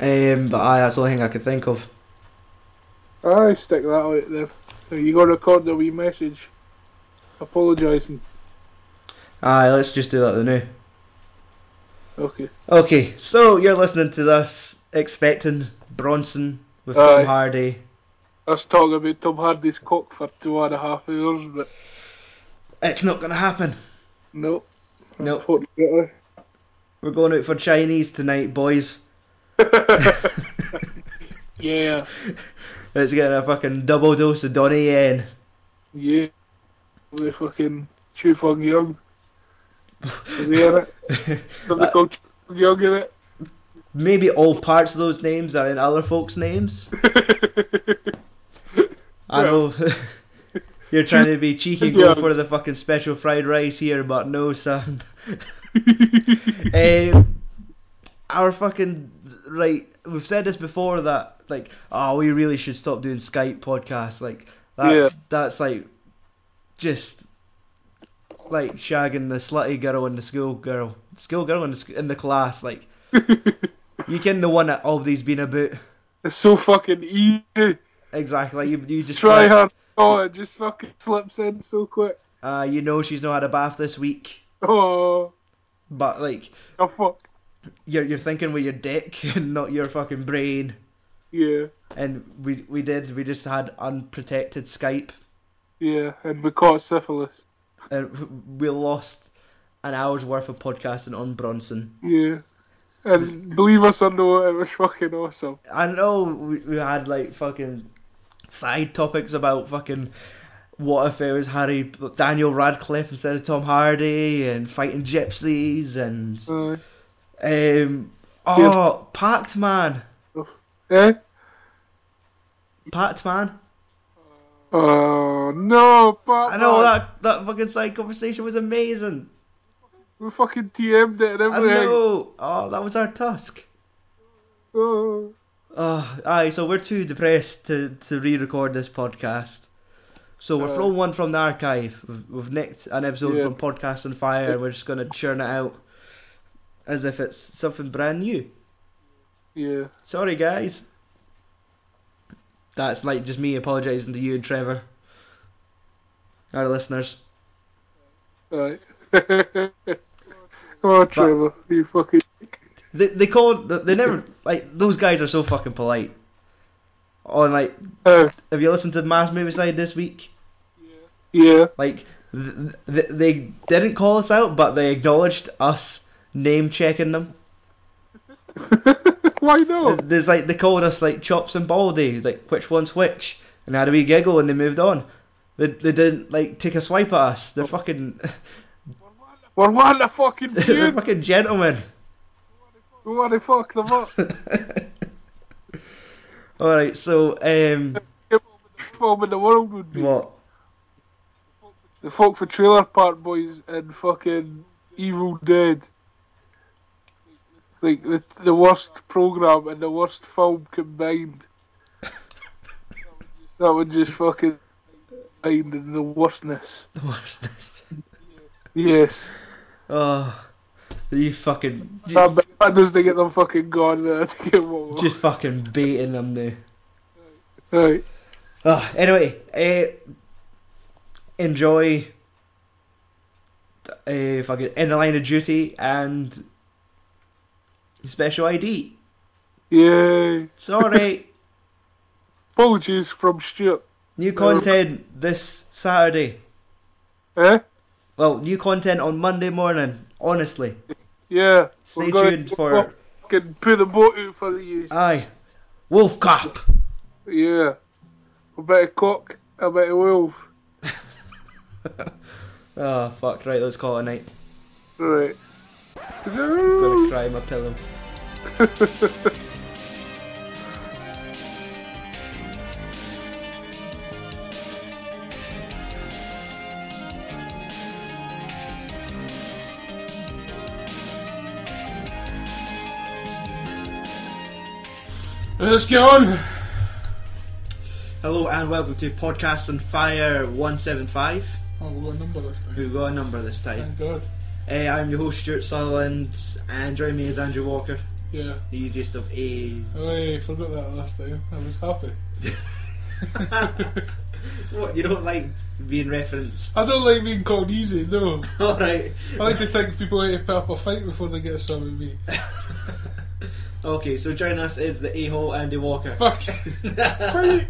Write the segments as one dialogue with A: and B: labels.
A: Um, but aye, that's the only thing I could think of.
B: Aye, stick that out there. Now you go record the wee message apologising.
A: Aye, let's just do that now.
B: Okay.
A: Okay, so you're listening to this, expecting Bronson with
B: Aye.
A: Tom Hardy.
B: Let's talk about Tom Hardy's cock for two and a half hours, but
A: It's not going to happen.
B: no.
A: No,
B: Unfortunately.
A: we're going out for Chinese tonight, boys.
B: yeah.
A: Let's get a fucking double dose of Donnie Yen.
B: Yeah. The fucking Chu Fung Young. There it. Something
A: That-
B: called Chu Fung Young in it.
A: Uh, Maybe all parts of those names are in other folks' names. I know. You're trying to be cheeky, go
B: Yeah.
A: for the fucking special fried rice here, but no, son. Um, our fucking right. We've said this before that like, oh, we really should stop doing Skype podcasts. Like that.
B: Yeah.
A: That's like just like shagging the slutty girl and the school girl, school girl in the, sc- in the class. Like you can the one that all these been about.
B: it's so fucking easy.
A: Exactly. Like, you you just
B: Try hard. Oh, it just fucking slips in so quick.
A: Uh, you know she's not had a bath this week,
B: Oh,
A: but like
B: oh fuck.
A: you're you're thinking with your dick and not your fucking brain.
B: Yeah,
A: And we we did. We just had unprotected Skype.
B: yeah. And we caught syphilis.
A: and Uh, we lost an hour's worth of podcasting on Bronson.
B: Yeah. And believe us or no, it was fucking awesome.
A: I know we, we had like fucking side topics about fucking what if it was Harry Daniel Radcliffe instead of Tom Hardy and fighting gypsies and
B: Uh,
A: um oh Pact Man
B: eh?
A: Pact Man
B: Oh no, but
A: I know that that fucking side conversation was amazing
B: we fucking TM'd it and
A: I
B: everything.
A: know oh that was our tusk
B: Oh.
A: Oh, aye, so we're too depressed to, to re-record this podcast. So we're
B: Uh.
A: throwing one from the archive. We've, we've nicked an episode
B: Yeah.
A: from Podcast on Fire, and we're just gonna churn it out as if it's something brand new.
B: Yeah.
A: Sorry, guys. That's like just me apologising to you and Trevor, our listeners.
B: Alright. oh, Trevor, you fucking.
A: They they called they never like those guys are so fucking polite. On like,
B: Oh,
A: have you listened to Mass Movie Side this week?
B: yeah.
A: Like th- th- they didn't call us out, but they acknowledged us name checking them.
B: Why not?
A: There's like they called us like chops and baldy, like which one's which, and had a wee giggle and they moved on. They they didn't like take a swipe at us. They're fucking
B: We're one to fucking
A: they're
B: feud.
A: fucking gentlemen.
B: We want to fuck them up.
A: All right, so um,
B: Film in the world would be
A: what?
B: the folk for Trailer Park Boys and fucking Evil Dead. Like the the worst program and the worst film combined. that would just fucking end in the worstness.
A: The worstness.
B: Yes.
A: Oh, you fucking
B: That, bit- that doesn't get them fucking gone there to get what we
A: just fucking beating them now.
B: want. Right.
A: Ah, anyway, eh, enjoy uh, fucking in the line of duty and special ID.
B: Yay.
A: Sorry,
B: Apologies from Stuart.
A: new content this Saturday.
B: Eh?
A: Well, new content on Monday morning. Honestly,
B: Yeah.
A: stay
B: We're gonna-
A: tuned for
B: Fucking put the boat out for the use.
A: aye, Wolf Cop.
B: Yeah. A bit of cock, a bit of wolf.
A: Oh fuck! Right, let's call it a night.
B: Right.
A: gonna cry my pillow.
B: Let's get on.
A: Hello and welcome to Podcast on Fire 175.
B: Oh, we've got a number this time.
A: We've got a number this time.
B: Thank God.
A: Eh, Uh, I'm your host Stuart Sutherland, and joining me is Andrew Walker.
B: Yeah.
A: The easiest of A's.
B: Oh, yeah, I forgot that last time. I was happy.
A: what, you don't like being referenced?
B: I don't like being called easy, no.
A: Alright.
B: I like to think people like to put up a fight before they get a sub at me.
A: Okay, so join us is the a-hole Andy Walker.
B: Fuck. Wait,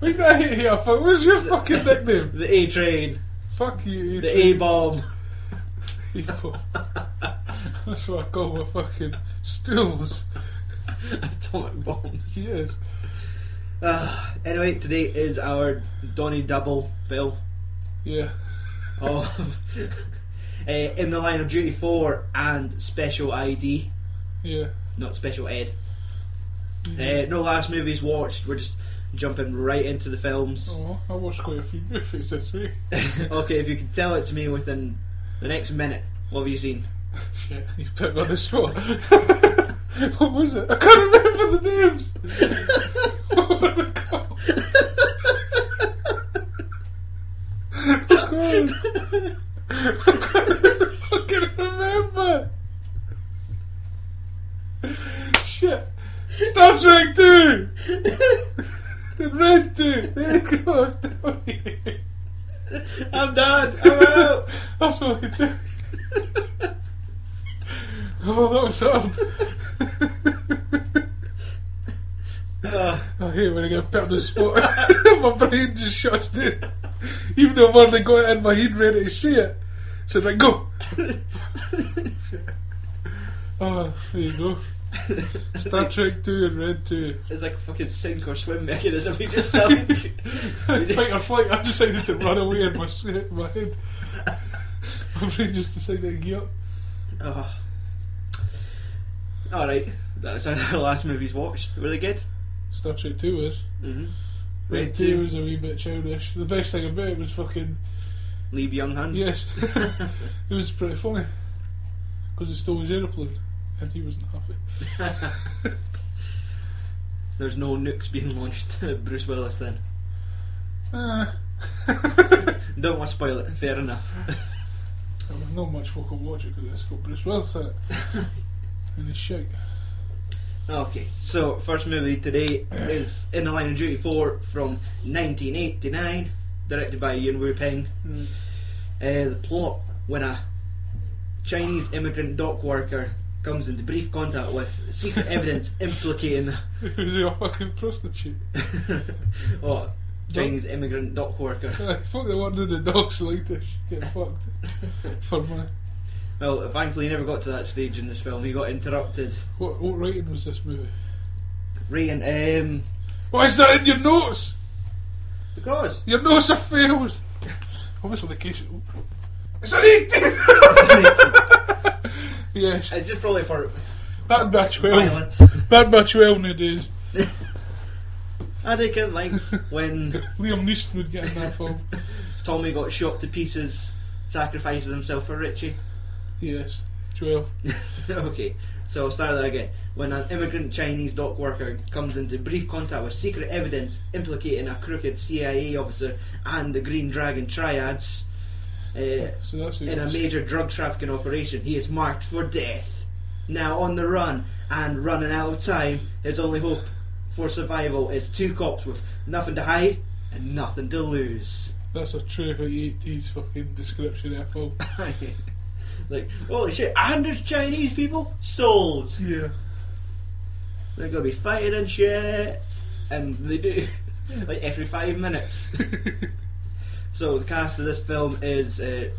B: wait, I hate here. Fuck, what's your fucking nickname?
A: The A-train.
B: Fuck you, you
A: The
B: three
A: A-bomb.
B: people. That's what I call my fucking stools.
A: Atomic bombs.
B: Yes.
A: Ah, anyway, today is our Donny Double Bill.
B: Yeah.
A: of uh, in the line of duty 4 and special id
B: Yeah.
A: not special ed uh, no last movies watched we're just jumping right into the films
B: Oh, I watched quite a few movies this week.
A: okay if you can tell it to me within the next minute what have you seen
B: Shit, you put me on the spot. what was it? I can't remember the names. what were they called? I can't remember. Shit. Star Trek 2! The Red 2! There you go, I'm telling you.
A: i'm done i'm out
B: That's what I could do. oh, that was hard.
A: Ah,
B: I hate when I get put on the spot. my brain just shuts down. Even though I've already got it in my head ready to see it. So like, go! oh, there you go. Star Trek 2 and Red 2.
A: it's like a fucking sink or swim mechanism you just sound
B: Fight or flight, I decided to run away in my, s- my head. My brain just decided to get up.
A: Ah. all right that's our last movies watched really good
B: Star Trek 2 was.
A: mm-hmm.
B: Red
A: uh,
B: 2 was a wee bit childish. The best thing about it was fucking.
A: Lee Byung Hun.
B: Yes. it was pretty funny. Because it stole his aeroplane. And he wasn't happy.
A: There's no nukes being launched. Bruce Willis then.
B: Ah.
A: Don't want to spoil it. Fair enough.
B: I'm not much fucking watch it because it's got Bruce Willis in it. and he's shite.
A: Okay, so first movie today is In the Line of Duty 4 from 1989, directed by Yuen Wu Peng.
B: Right.
A: Uh, the plot when a Chinese immigrant dock worker comes into brief contact with secret evidence implicating.
B: was he a fucking prostitute?
A: oh, Chinese immigrant dock worker.
B: I thought they were doing the dogs like this. Get fucked. For money.
A: Well, thankfully, he never got to that stage in this film. He got interrupted.
B: What, what rating was this movie?
A: Right, and um,
B: Why is that in your notes?
A: because
B: Your notes are failed. Obviously, the case. It's an 18!
A: it's
B: yes,
A: uh, just probably for
B: that'd be a 12.
A: violence.
B: That'd be a 12 nowadays.
A: I reckon likes when
B: Liam Neeson would get in that film.
A: Tommy got shot to pieces, sacrifices himself for Richie.
B: Yes, 12.
A: okay, so I'll start that again. When an immigrant Chinese dock worker comes into brief contact with secret evidence implicating a crooked CIA officer and the Green Dragon triads uh,
B: So that's
A: in a
B: it.
A: major drug trafficking operation, he is marked for death. Now on the run and running out of time, his only hope for survival is two cops with nothing to hide and nothing to lose.
B: That's a true about 80s fucking description eh, of that film.
A: like, holy shit, and there's Chinese people? Sold!
B: Yeah.
A: They're gonna be fighting and shit! And they do, like, every five minutes. so, the cast of this film is uh,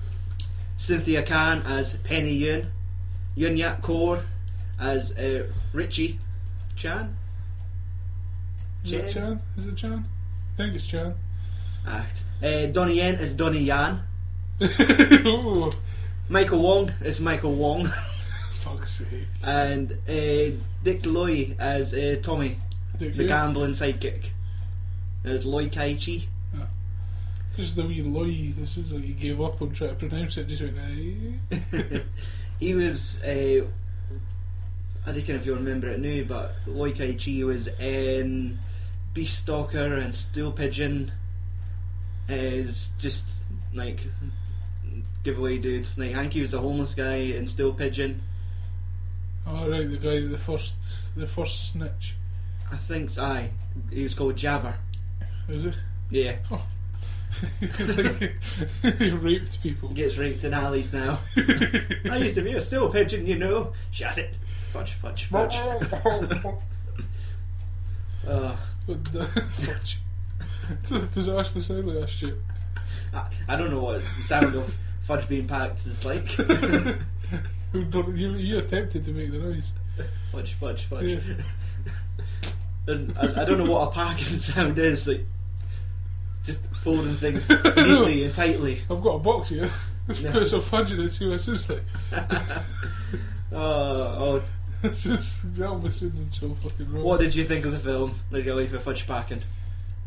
A: Cynthia Khan as Penny Yun, Yun Yak Kaur as uh, Richie Chan?
B: Is it Chan? Is it Chan? I think it's Chan.
A: Act. Uh, Donnie Yen is Donnie Yan.
B: oh,
A: Michael Wong is Michael Wong.
B: fuck's sake.
A: and uh, Dick Loy as uh, Tommy,
B: Dick
A: the
B: Yeo.
A: gambling sidekick. There's Loy Kai Chi.
B: Ah. This is the wee loy. This is like he gave up on trying to pronounce it. Just went, eh.
A: he was, uh, I don't know if you remember it now, but Loy Kai Chi was in Beast Stalker and Stool Pigeon. Is just like giveaway dude. Like Hanky was a homeless guy in Stool Pigeon.
B: oh, right, the guy, the first, the first snitch,
A: I think so, aye. He was called Jabber.
B: is it? Oh.
A: Yeah.
B: he raped people.
A: Gets raped in alleys now. I used to be a stool pigeon, you know. Shut it. Fudge, fudge, fudge. Uh,
B: What the- fudge. Does, does it actually sound like that shit?
A: I, I don't know what the sound of fudge being packed is like.
B: Who don't- you, you attempted to make the noise.
A: fudge, fudge, fudge.
B: Yeah.
A: and I, I don't know what a packing sound is. Like, just folding things neatly and tightly.
B: I've got a box here. Let's
A: Yeah.
B: put some fudge in it. See what this is like.
A: Uh, oh,
B: This is Elvis sounded so fucking wrong.
A: what did you think of the film? Like away for fudge packing.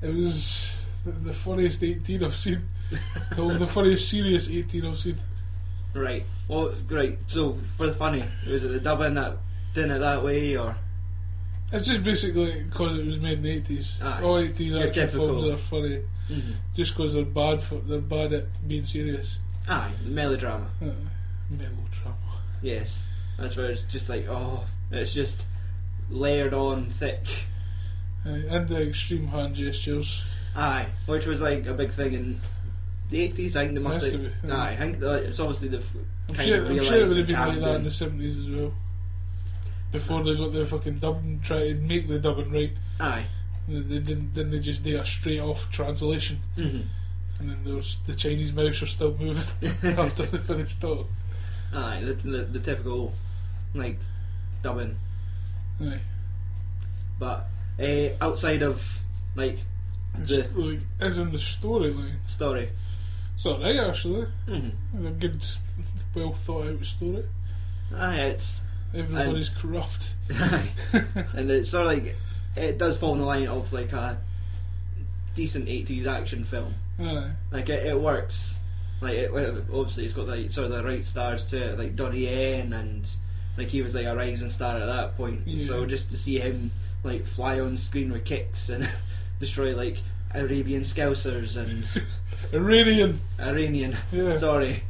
B: It was the, the funniest 18 I've seen. oh, the funniest serious 18 I've seen.
A: Right. Well, great. So for the funny, was it the dubbing that did it that way, or
B: It's just basically because it was made in the 80s.
A: Aye.
B: All 80s
A: Your
B: action films
A: typical.
B: are funny
A: Mhm.
B: just because they're bad for they're bad at being serious.
A: aye melodrama?
B: Uh, melodrama.
A: Yes. That's where it's just like oh, it's just layered on thick.
B: Aye, and the extreme hand gestures.
A: Aye, which was like a big thing in the eighties. I think they must
B: Has to
A: have.
B: be, yeah.
A: Aye, I think that- it's obviously the
B: I'm
A: kind
B: sure,
A: of
B: I'm
A: realised
B: sure it
A: and
B: would have been like
A: carried
B: that in
A: on.
B: the 70s as well. Before they got their fucking dubbing, try to make the dubbing right.
A: Aye.
B: They they didn't. Then they just did a straight off translation,
A: Mhm.
B: and then those the Chinese mouse are still moving after they finished all.
A: Aye, the, the the typical like dubbing.
B: Aye.
A: But uh, outside of like
B: It's
A: the
B: like as in the storyline.
A: story.
B: It's alright actually.
A: hmm
B: It's a good, well thought out story.
A: Aye, it's
B: Everybody's corrupt.
A: Aye. and it's sort of like it does fall in the line of like a decent eighties action film.
B: Aye.
A: Like it, it works. Like it, well, obviously it's got like sort of the right stars to it, like Donnie Yen and like he was like a rising star at that point.
B: Yeah.
A: So just to see him like fly on screen with kicks and destroy like Arabian Scousers and
B: Iranian.
A: Iranian.
B: Yeah.
A: Sorry.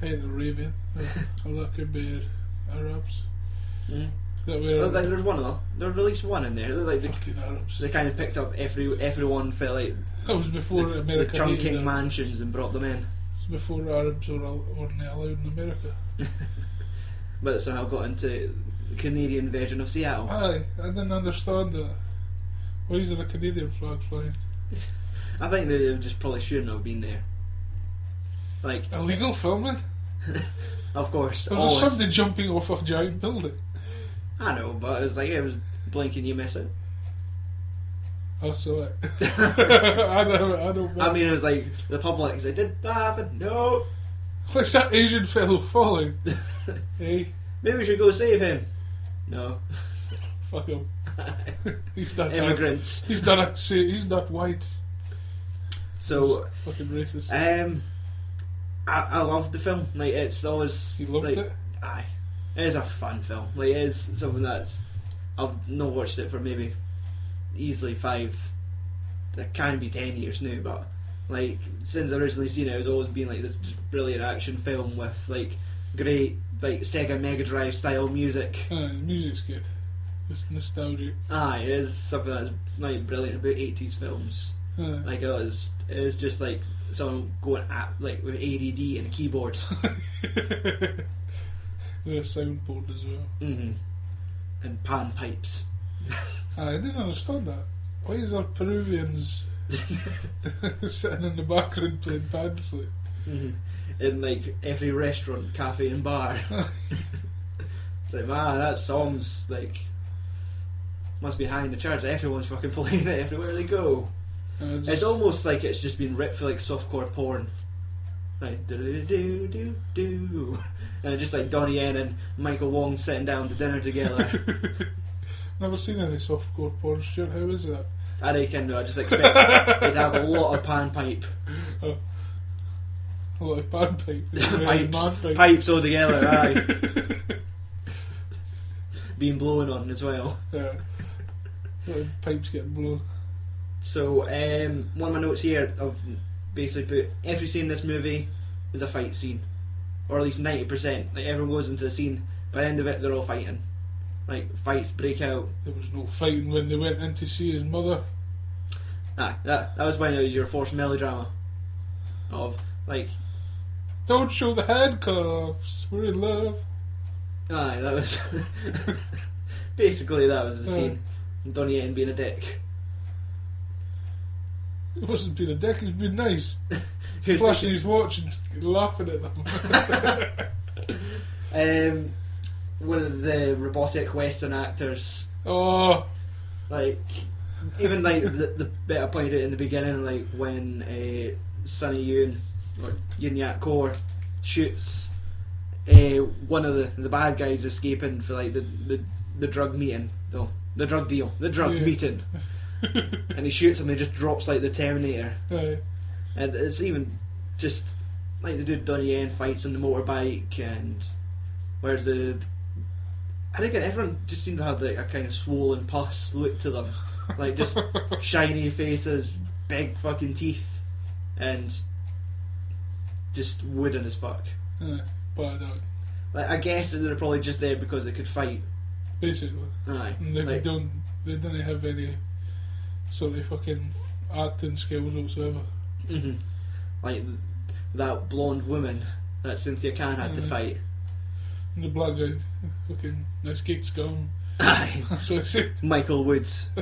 B: Hey, Arabian. Or that could be Arabs.
A: Mm.
B: That
A: Well, like,
B: were
A: there's one of them. There were at least one in there. They're like the,
B: fucking Arabs.
A: they kind of picked up every everyone felt like
B: That was before
A: the
B: America. hated
A: chunking
B: them.
A: mansions and brought them in.
B: It's Before Arabs were al- only allowed in America.
A: but somehow got into the Canadian version of Seattle.
B: Aye. I didn't understand that. Why is there a Canadian flag flying?
A: I think they just probably shouldn't have been there. Like,
B: Illegal filming?
A: of course,
B: There was
A: always-
B: somebody jumping off a giant building.
A: I know, but it's like it was blinking, you miss it.
B: I saw it. I don't. I don't.
A: I mean, it was like the public's like, did that happen? No.
B: what's that Asian fellow falling? hey,
A: Maybe we should go save him. No.
B: fuck him. he's not.
A: Immigrants.
B: He's not. a- see, He's not white.
A: So,
B: He's fucking racist.
A: um, I, I loved the film. Like, it's always
B: You loved
A: like,
B: it?
A: Aye, it is a fun film. Like, it is something that's I've not watched it for maybe easily five. It can be ten years now, but like since I originally seen it, it's always been like this just brilliant action film with like great like Sega Mega Drive style music.
B: Aye, the Uh, music's good. It's nostalgic.
A: Aye, it is something that's like brilliant about eighties films.
B: Aye.
A: Like it was, it was just like someone going at like with ADD and a keyboard.
B: There's a soundboard as well.
A: hmm And pan pipes.
B: Aye, Ah, I didn't understand that. Why is there Peruvians sitting in the background playing band flute?
A: Mhm. in like every restaurant, cafe, and bar. it's like, man, that song's like must be high in the charts. Everyone's fucking playing it everywhere they go.
B: And it's-
A: It's almost like it's just been ripped for like softcore porn. Like do do do do, and just like Donnie Yen and Michael Wong sitting down to dinner together.
B: Never seen any softcore porn, Stuart. How is that?
A: I reckon though, I just expect they'd have a lot of pan pipe
B: A lot of bagpipe.
A: pipes, pipes all together, aye, being blown on as well.
B: yeah. A lot of pipes getting blown.
A: So um, one of my notes here I've basically put every scene in this movie is a fight scene, or at least ninety percent. Like everyone goes into a scene, by the end of it they're all fighting. Like fights break out.
B: There was no fighting when they went in to see his mother.
A: Ah, that that was when it was your forced melodrama. Of like,
B: Don't show the handcuffs. We're in love.
A: aye, that was basically that was the scene. Donnie Yen being a dick.
B: It wasn't being a dick. It's been nice.
A: Who's
B: Flashing his watch and laughing at them.
A: Um, one of the robotic Western actors,
B: oh,
A: like even like the, the bit I pointed out in the beginning, like when uh, Sunny Yoon or Yoon Yak Kor shoots uh, one of the, the bad guys escaping for like the the, the drug meeting, no, the drug deal, the drug
B: Yeah.
A: meeting, and he shoots him and he just drops like the Terminator,
B: Aye.
A: and it's even just like the dude Donnie Yen fights on the motorbike and where's the I think everyone just seemed to have like a kind of swollen pus look to them. Like just shiny faces, big fucking teeth and just wooden as fuck.
B: Aye. bad dog.
A: Like I guess that they're probably just there because they could fight.
B: Basically,
A: Aye.
B: and they
A: Like,
B: don't. They don't have any sort of fucking acting skills whatsoever.
A: mhm. like that blonde woman that Cynthia Khan had to
B: Mhm.
A: fight.
B: And the black guy, fucking, this geek's gone.
A: Aye.
B: So I said,
A: Michael Woods.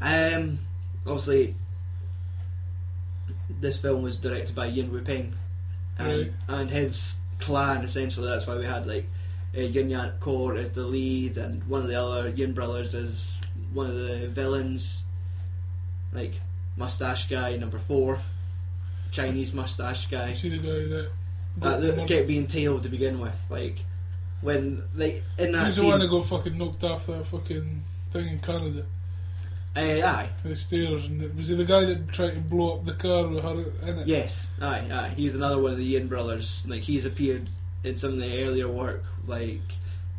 A: um, obviously, this film was directed by Yin Wu Ping, and,
B: Right.
A: and his clan essentially. That's why we had like uh, Yin Yan Kor as the lead, and one of the other Yin brothers as one of the villains, like mustache guy number four, Chinese mustache guy
B: you see the guy
A: Uh,
B: that.
A: that, that kept being tailed to begin with. Like when like in that
B: He's the
A: scene,
B: one that got fucking knocked off that fucking thing in Canada,
A: uh, aye.
B: the stairs. And it- was he the guy that tried to blow up the car with her in it?
A: Yes, aye, aye. He's another one of the Ian brothers. Like he's appeared in some of the earlier work, like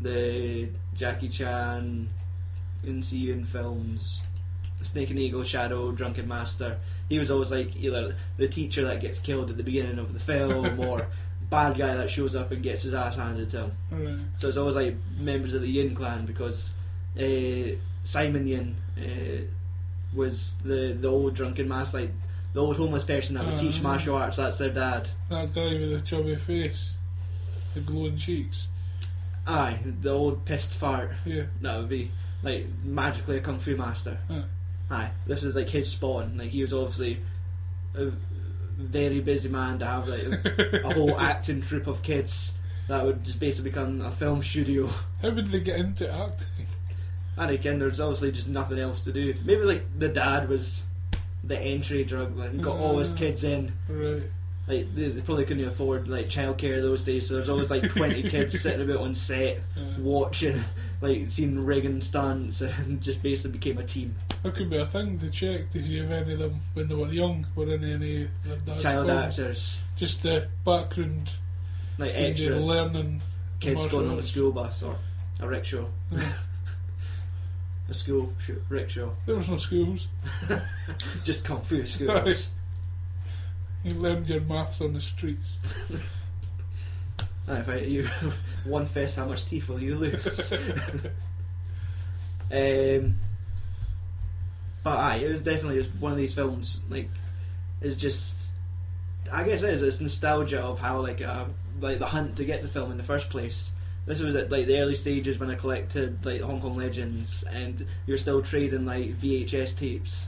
A: the Jackie Chan, NC Ian films, Snake and Eagle, Shadow, Drunken Master. He was always like either the teacher that gets killed at the beginning of the film, or bad guy that shows up and gets his ass handed to him.
B: Alright.
A: So it's always like members of the Yin clan because uh, Simon Yin uh, was the the old drunken master, like the old homeless person that would teach
B: Ah.
A: martial arts. That's their dad.
B: That guy with the chubby face, the glowing cheeks.
A: Aye, the old pissed fart.
B: Yeah.
A: That would be like magically a kung fu master.
B: Aye.
A: Aye, this was like his spawn. Like he was obviously a very busy man to have like a, a whole acting troupe of kids that would just basically become a film studio.
B: How would they get into acting?
A: And again, there's obviously just nothing else to do. Maybe like the dad was the entry drug, like got all his
B: Mm.
A: kids in.
B: Right.
A: Like they, they probably couldn't afford like childcare those days, so there's always like 20 kids sitting about on set
B: Uh,
A: watching, like seeing rigging stunts, and just basically became a team.
B: that could be a thing to check to see if any of them, when they were young, were in any of their dad's
A: Child
B: films.
A: actors,
B: Just the background
A: like
B: when they're
A: extras,
B: learning.
A: kids
B: martial
A: going on a
B: arts.
A: school bus or a rickshaw,
B: Yeah.
A: a school sh- rickshaw,
B: There was no schools.
A: just kung fu school bus.
B: You learned your maths on the streets.
A: And if I, you one fist, how much teeth will you lose? um, but aye, it was definitely just one of these films. Like, it's just, I guess it is. It's nostalgia of how like uh, like the hunt to get the film in the first place. This was at like the early stages when I collected like Hong Kong Legends, and you're still trading like VHS tapes.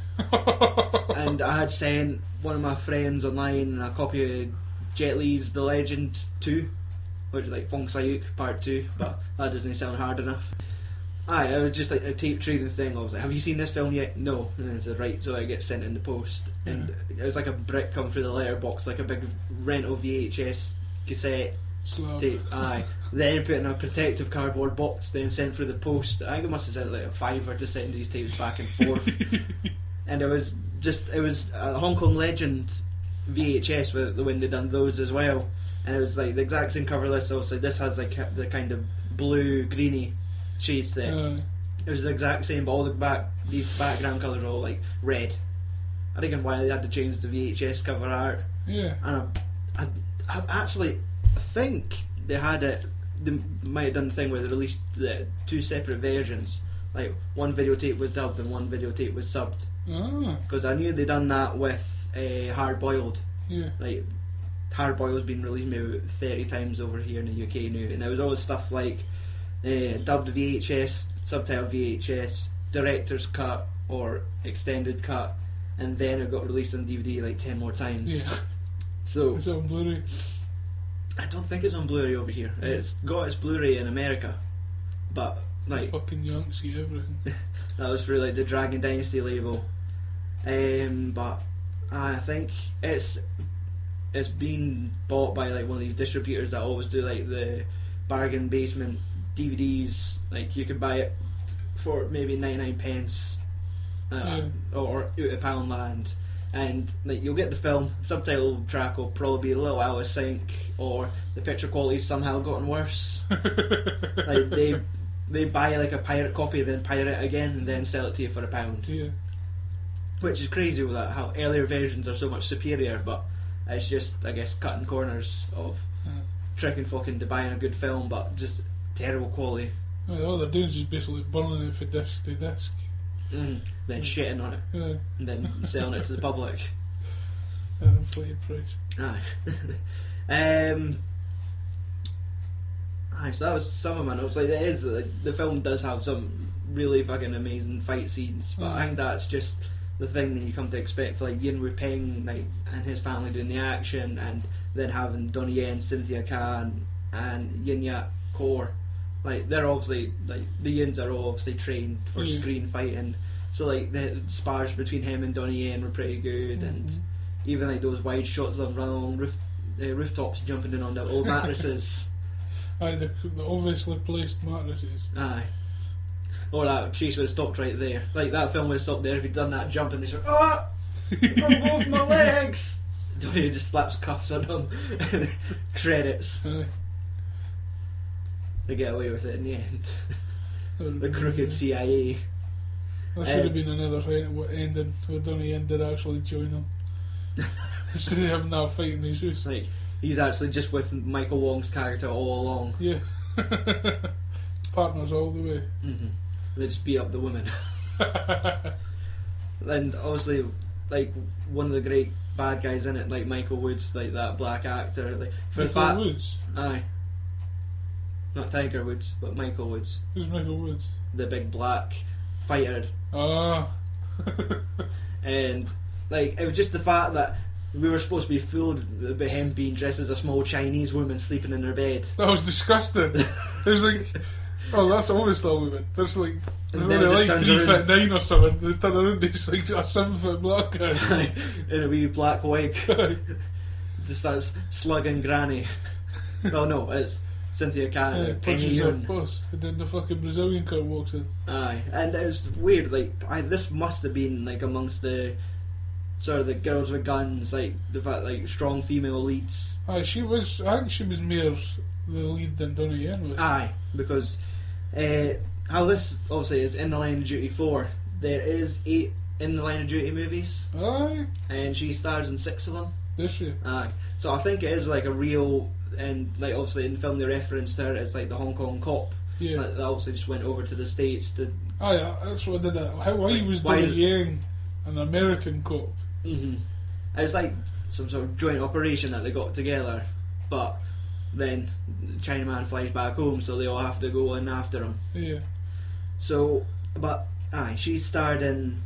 A: and I had sent one of my friends online a copy of Jet Li's The Legend 2, which is like Fong Sayuk Part 2, but that doesn't sound hard enough. Aye, I was just like a tape trading thing. I was like, "Have you seen this film yet?" No, and then I said, "Right," so I get sent in the post, and it was like a brick come through the letterbox, like a big rental VHS cassette
B: Slab.
A: tape. Aye, then put in a protective cardboard box, then sent through the post. I think it must have sent like a fiver to send these tapes back and forth and it was just it was a Hong Kong Legend VHS with the when they done those as well, and it was like the exact same cover list. Obviously, this has like the kind of blue greeny shades to it.
B: Aye.
A: It was the exact same, but all the back these background colours were all like red. I think why they had to change the VHS cover art,
B: yeah.
A: and I, I, I actually think they had it they might have done the thing where they released the two separate versions. Like one videotape was dubbed and one videotape was subbed.
B: Ah,
A: Because I knew they done that with uh, Hard Boiled.
B: yeah.
A: Like Hard Boiled's been released maybe thirty times over here in the UK now, and there was always stuff like uh, dubbed VHS, subtitled VHS, director's cut or extended cut, and then it got released on DVD like ten more times.
B: Yeah,
A: So
B: it's on Blu-ray.
A: I don't think it's on Blu-ray over here. It's got its Blu-ray in America, but like
B: Fucking Yanks get everything.
A: that was for like the Dragon Dynasty label. Um, but I think it's it's been bought by like one of these distributors that always do like the bargain basement DVDs. Like you could buy it for maybe ninety nine pence, uh,
B: Yeah.
A: or out of Poundland. And like you'll get the film, subtitle track will probably be a little out of sync, or the picture quality's somehow gotten worse like they they buy like a pirate copy, then pirate it again, and then sell it to you for a pound,
B: yeah,
A: which is crazy with that. How earlier versions are so much superior, but it's just I guess cutting corners of
B: Yeah.
A: tricking fucking to buying a good film, but just terrible quality.
B: Well, Uh, all they're doing is just basically burning it for disc to disc. Uh,
A: Mm. Then shitting on it,
B: Yeah,
A: and then selling it to the public.
B: at an uh, inflated price.
A: Aye. um. Aye, so that was some of my notes. Like, it is like, the film does have some really fucking amazing fight scenes, but I
B: Mm.
A: think that's just the thing that you come to expect for like Yin Wu Ping like, and his family doing the action, and then having Donnie Yen, Cynthia Khan, and Yin Yak Core. Like they're obviously like the Yins are all obviously trained for
B: Mm.
A: screen fighting, so like the spars between him and Donnie Yen were pretty good, and
B: Mhm.
A: even like those wide shots of them running along roof, uh, rooftops, jumping in on the old mattresses.
B: Aye, the, the obviously placed mattresses.
A: Aye. Or that chase would have stopped right there. Like that film would have stopped there if he'd done that jump and he's like, ah, from both my legs. Donnie just slaps cuffs on him. Credits.
B: Aye,
A: They get away with it in the end.
B: that would
A: The
B: have been
A: crooked
B: amazing.
A: CIA.
B: That should
A: Um,
B: have been another re- w- ending where Donnie Yen did actually join him. Instead of having that fight in his
A: It's
B: house.
A: like he's actually just with Michael Wong's character all along.
B: Yeah. Partners all the way.
A: Mm-hmm. They just beat up the women. and obviously like one of the great bad guys in it, like Michael Woods, like that black actor, like for the
B: Michael
A: fact,
B: Woods.
A: aye, not Tiger Woods, but Michael Woods,
B: Who's Michael Woods?
A: the big black fighter,
B: Ah.
A: and like it was just the fact that we were supposed to be fooled by him being dressed as a small Chinese woman sleeping in her bed.
B: That was disgusting. There's like, oh, that's obviously all women. There's like, there's
A: And then it
B: only
A: just
B: like
A: turns
B: three
A: around.
B: foot nine or something. They turn around and it's like a seven foot black guy.
A: in a wee black wig, just starts slugging Granny. well, no, it's Cynthia Cannon.
B: Yeah,
A: and Peggy
B: punches her
A: Yoon.
B: boss, and then the fucking Brazilian car walks in.
A: Aye, and it was weird. Like, I, this must have been like amongst the sort of the girls with guns, like the fact like strong female leads.
B: Aye, Ah, she was. I think she was more the lead than Donnie Yen was.
A: Aye, because uh, how this obviously is in the Line of Duty four. There is eight in the Line of Duty movies,
B: Aye,
A: and she stars in six of them.
B: this she.
A: Aye, so I think it is like a real and like obviously in the film they referenced her as like the Hong Kong cop.
B: Yeah.
A: Like, that obviously just went over to the states to.
B: Aye, uh, that's what I did. That. How why was
A: Why
B: Donnie
A: did-
B: Yen an American cop?
A: hmm It's like some sort of joint operation that they got together, but then the Chinaman flies back home, so they all have to go in after him.
B: Yeah.
A: So, but aye, she starred in.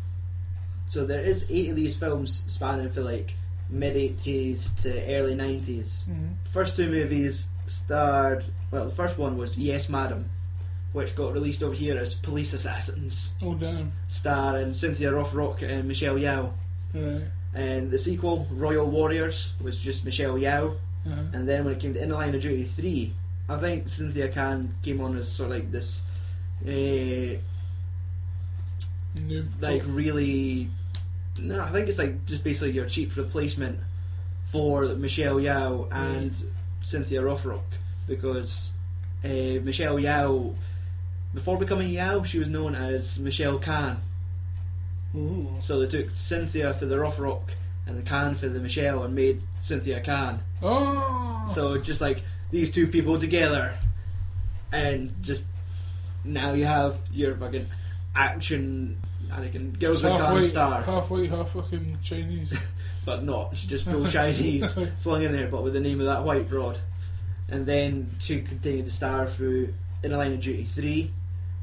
A: So there is eight of these films spanning for like mid eighties to early nineties.
B: Mhm.
A: First two movies starred. Well, the first one was Yes, Madam, which got released over here as Police Assassins,
B: Oh damn.
A: starring Cynthia Rothrock and Michelle Yao.
B: Right.
A: And the sequel, Royal Warriors, was just Michelle Yao.
B: Uh-huh.
A: And then when it came to In the Line of Duty 3, I think Cynthia Khan came on as sort of like this, uh,
B: Noob
A: like
B: cop.
A: really. No, I think it's like just basically your cheap replacement for Michelle Yao and Cynthia Rothrock because uh, Michelle Yao, before becoming Yao, she was known as Michelle Khan.
B: Ooh.
A: So they took Cynthia for the Rothrock and Khan for the Michelle and made Cynthia Khan.
B: Oh.
A: So just like these two people together, and just now you have your fucking action Anakin girls with
B: halfway,
A: Garden Star,
B: half white, half fucking Chinese.
A: but not. She's just full Chinese flung in there, but with the name of that white broad. And then she continued to star through In a Line of Duty three,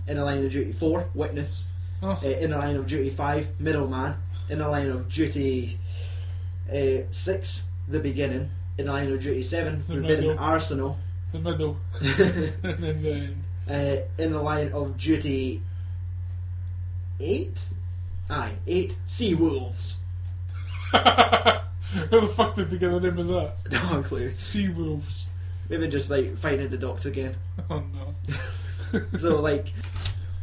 A: In a Line of Duty four, Witness,
B: Oh,
A: uh, In a Line of Duty five, Middleman, In a Line of Duty uh, six, The Beginning, In a Line of Duty seven,
B: The
A: Forbidden
B: Middle.
A: Arsenal.
B: the middle, and then the end.
A: uh, in the line of duty eight aye eight sea wolves
B: How the fuck did they get the name of that?
A: no clue
B: Sea wolves.
A: maybe just like fighting the docks again
B: Oh no.
A: so like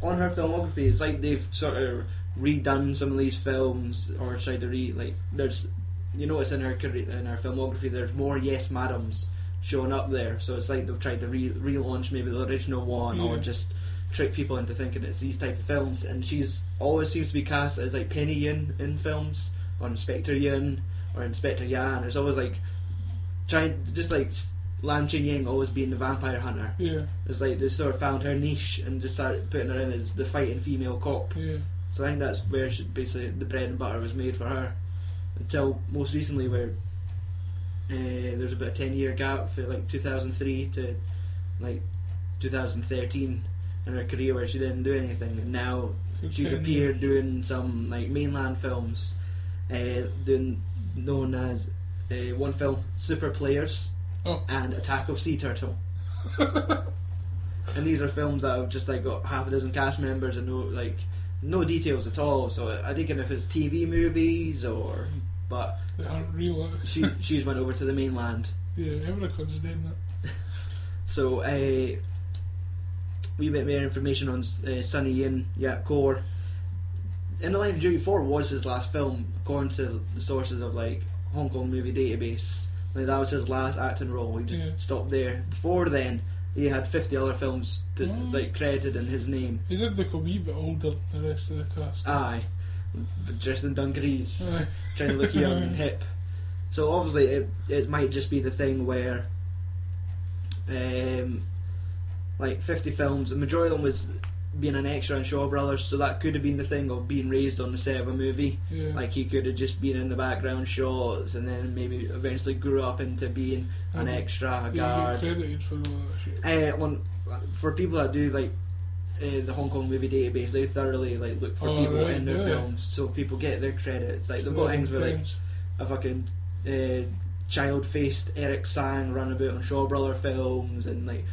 A: on her filmography it's like they've sort of redone some of these films or tried to re like there's you notice in her career in her filmography there's more yes madams showing up there so it's like they've tried to re- relaunch maybe the original one or
B: Yeah.
A: just trick people into thinking it's these type of films and she's always seems to be cast as like Penny Yin in films or Inspector Yin or Inspector Yan it's always like trying just like Lam Ching Ying always being the vampire hunter
B: Yeah,
A: it's like they sort of found her niche and just started putting her in as the fighting female cop.
B: yeah.
A: So I think that's where she, basically the bread and butter was made for her. Until most recently, where uh, there's about a 10 year gap for like 2003 to like 2013 in her career where she didn't do anything, and now she's
B: Okay.
A: appeared doing some like mainland films, uh, doing known as uh, one film Super Players
B: Oh.
A: and Attack of Sea Turtle. and these are films that have just like got half a dozen cast members and no like no details at all. So I think if it's TV movies or but
B: They aren't real. eh?
A: she she's went over to the mainland.
B: yeah, Evercott's doing that.
A: So a uh, wee bit more information on uh, Sunny Yin Yat Kaur. In the Line of Duty 4 was his last film, according to the sources of like Hong Kong Movie Database. Like that was his last acting role. He just
B: Yeah.
A: stopped there. Before then, he had 50 other films to,
B: Mm.
A: like credited in his name.
B: He did look a wee bit older than the Oh, rest of the cast.
A: Aye, dressed in dungarees,
B: Aye.
A: trying to look young and hip. So obviously, it it might just be the thing where, um, like fifty films, the majority of them was being an extra in Shaw Brothers. So that could have been the thing of being raised on the set of a movie.
B: Yeah.
A: Like he could have just been in the background shots, and then maybe eventually grew up into being an
B: Um,
A: extra, a
B: They get
A: guard.
B: credited for all that oh, shit.
A: Uh, on, for people that do like uh, the Hong Kong movie database, they thoroughly like look for
B: Oh,
A: people
B: right,
A: in their
B: yeah.
A: films, so people get their credits. Like they've got things with like
B: Sometimes.
A: a fucking uh, child-faced Eric Sang run about on Shaw Brother films, and like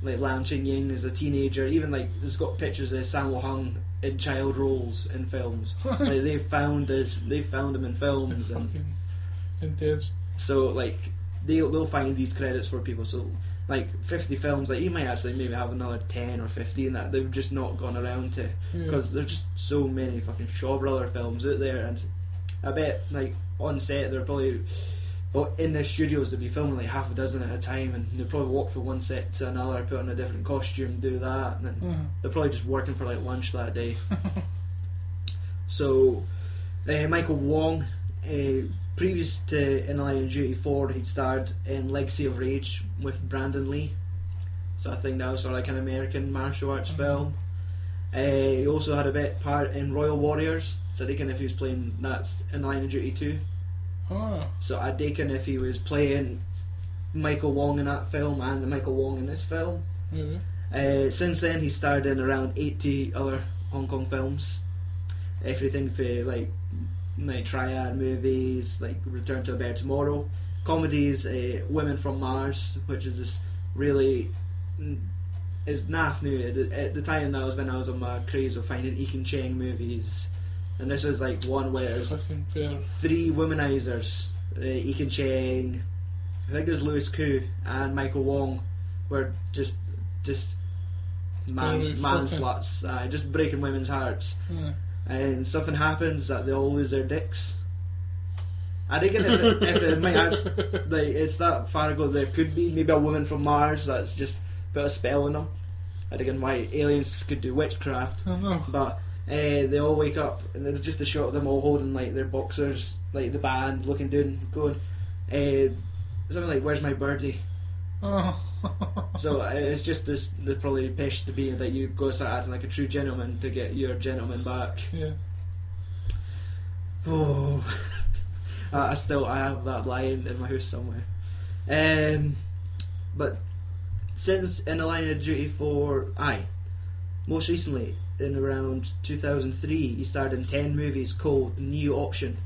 A: like Lam Ching Ying as a teenager. Even like it's got pictures of Sammo Hung in child roles in films. like they've found this, they've found him in films, and
B: Fucking intense.
A: so like they'll they'll find these credits for people. So like fifty films, like you might actually maybe have another ten or fifteen that they've just not gone around to
B: Yeah.
A: because there's just so many fucking Shaw Brother films out there, and I bet like on set they're probably. But in the studios, they'd be filming like half a dozen at a time, and they probably walk from one set to another, put on a different costume, do that, and then
B: Uh-huh.
A: they're probably just working for like lunch that day. so, uh, Michael Wong, uh, previous to In Line of Duty 4, he'd starred in Legacy of Rage with Brandon Lee. So I think that was sort of like an American martial arts
B: Mhm.
A: film. Uh, he also had a bit part in Royal Warriors. So I reckon if he was playing that's In Line of Duty 2.
B: Ah,
A: So I reckon if he was playing Michael Wong in that film and Michael Wong in this film,
B: maybe.
A: uh, since then, he starred in around 80 other Hong Kong films. Everything for like, like triad movies, like Return to a Bear Tomorrow, comedies, uh, Women from Mars, which is this really mm, is naff new. At the, at the time, that was when I was on my craze of finding Ekin Cheng movies, and this was like one where it was
B: Fucking fair.
A: three womanizers, uh, Ekin Cheng, I think it was Louis Koo and Michael Wong, were just just man
B: Holy
A: man
B: fucking-
A: sluts, uh, just breaking women's hearts.
B: Yeah.
A: And something happens that they all lose their dicks. I reckon if it, if it might actually, like it's that far ago, there could be maybe a woman from Mars that's just put a spell on them. I reckon why aliens could do witchcraft.
B: I know.
A: But uh, they all wake up and there's just a shot of them all holding like their boxers, like eh, the band looking down, going, uh, something like "Where's my birdie?"
B: Oh.
A: So uh, it's just this the probably pish to be that you've got to start acting like a true gentleman to get your gentleman back.
B: yeah.
A: Oh, I I still I have that lion in my house somewhere. Um, but since in the line of duty for aye, most recently in around 2003, he starred in ten movies called New Option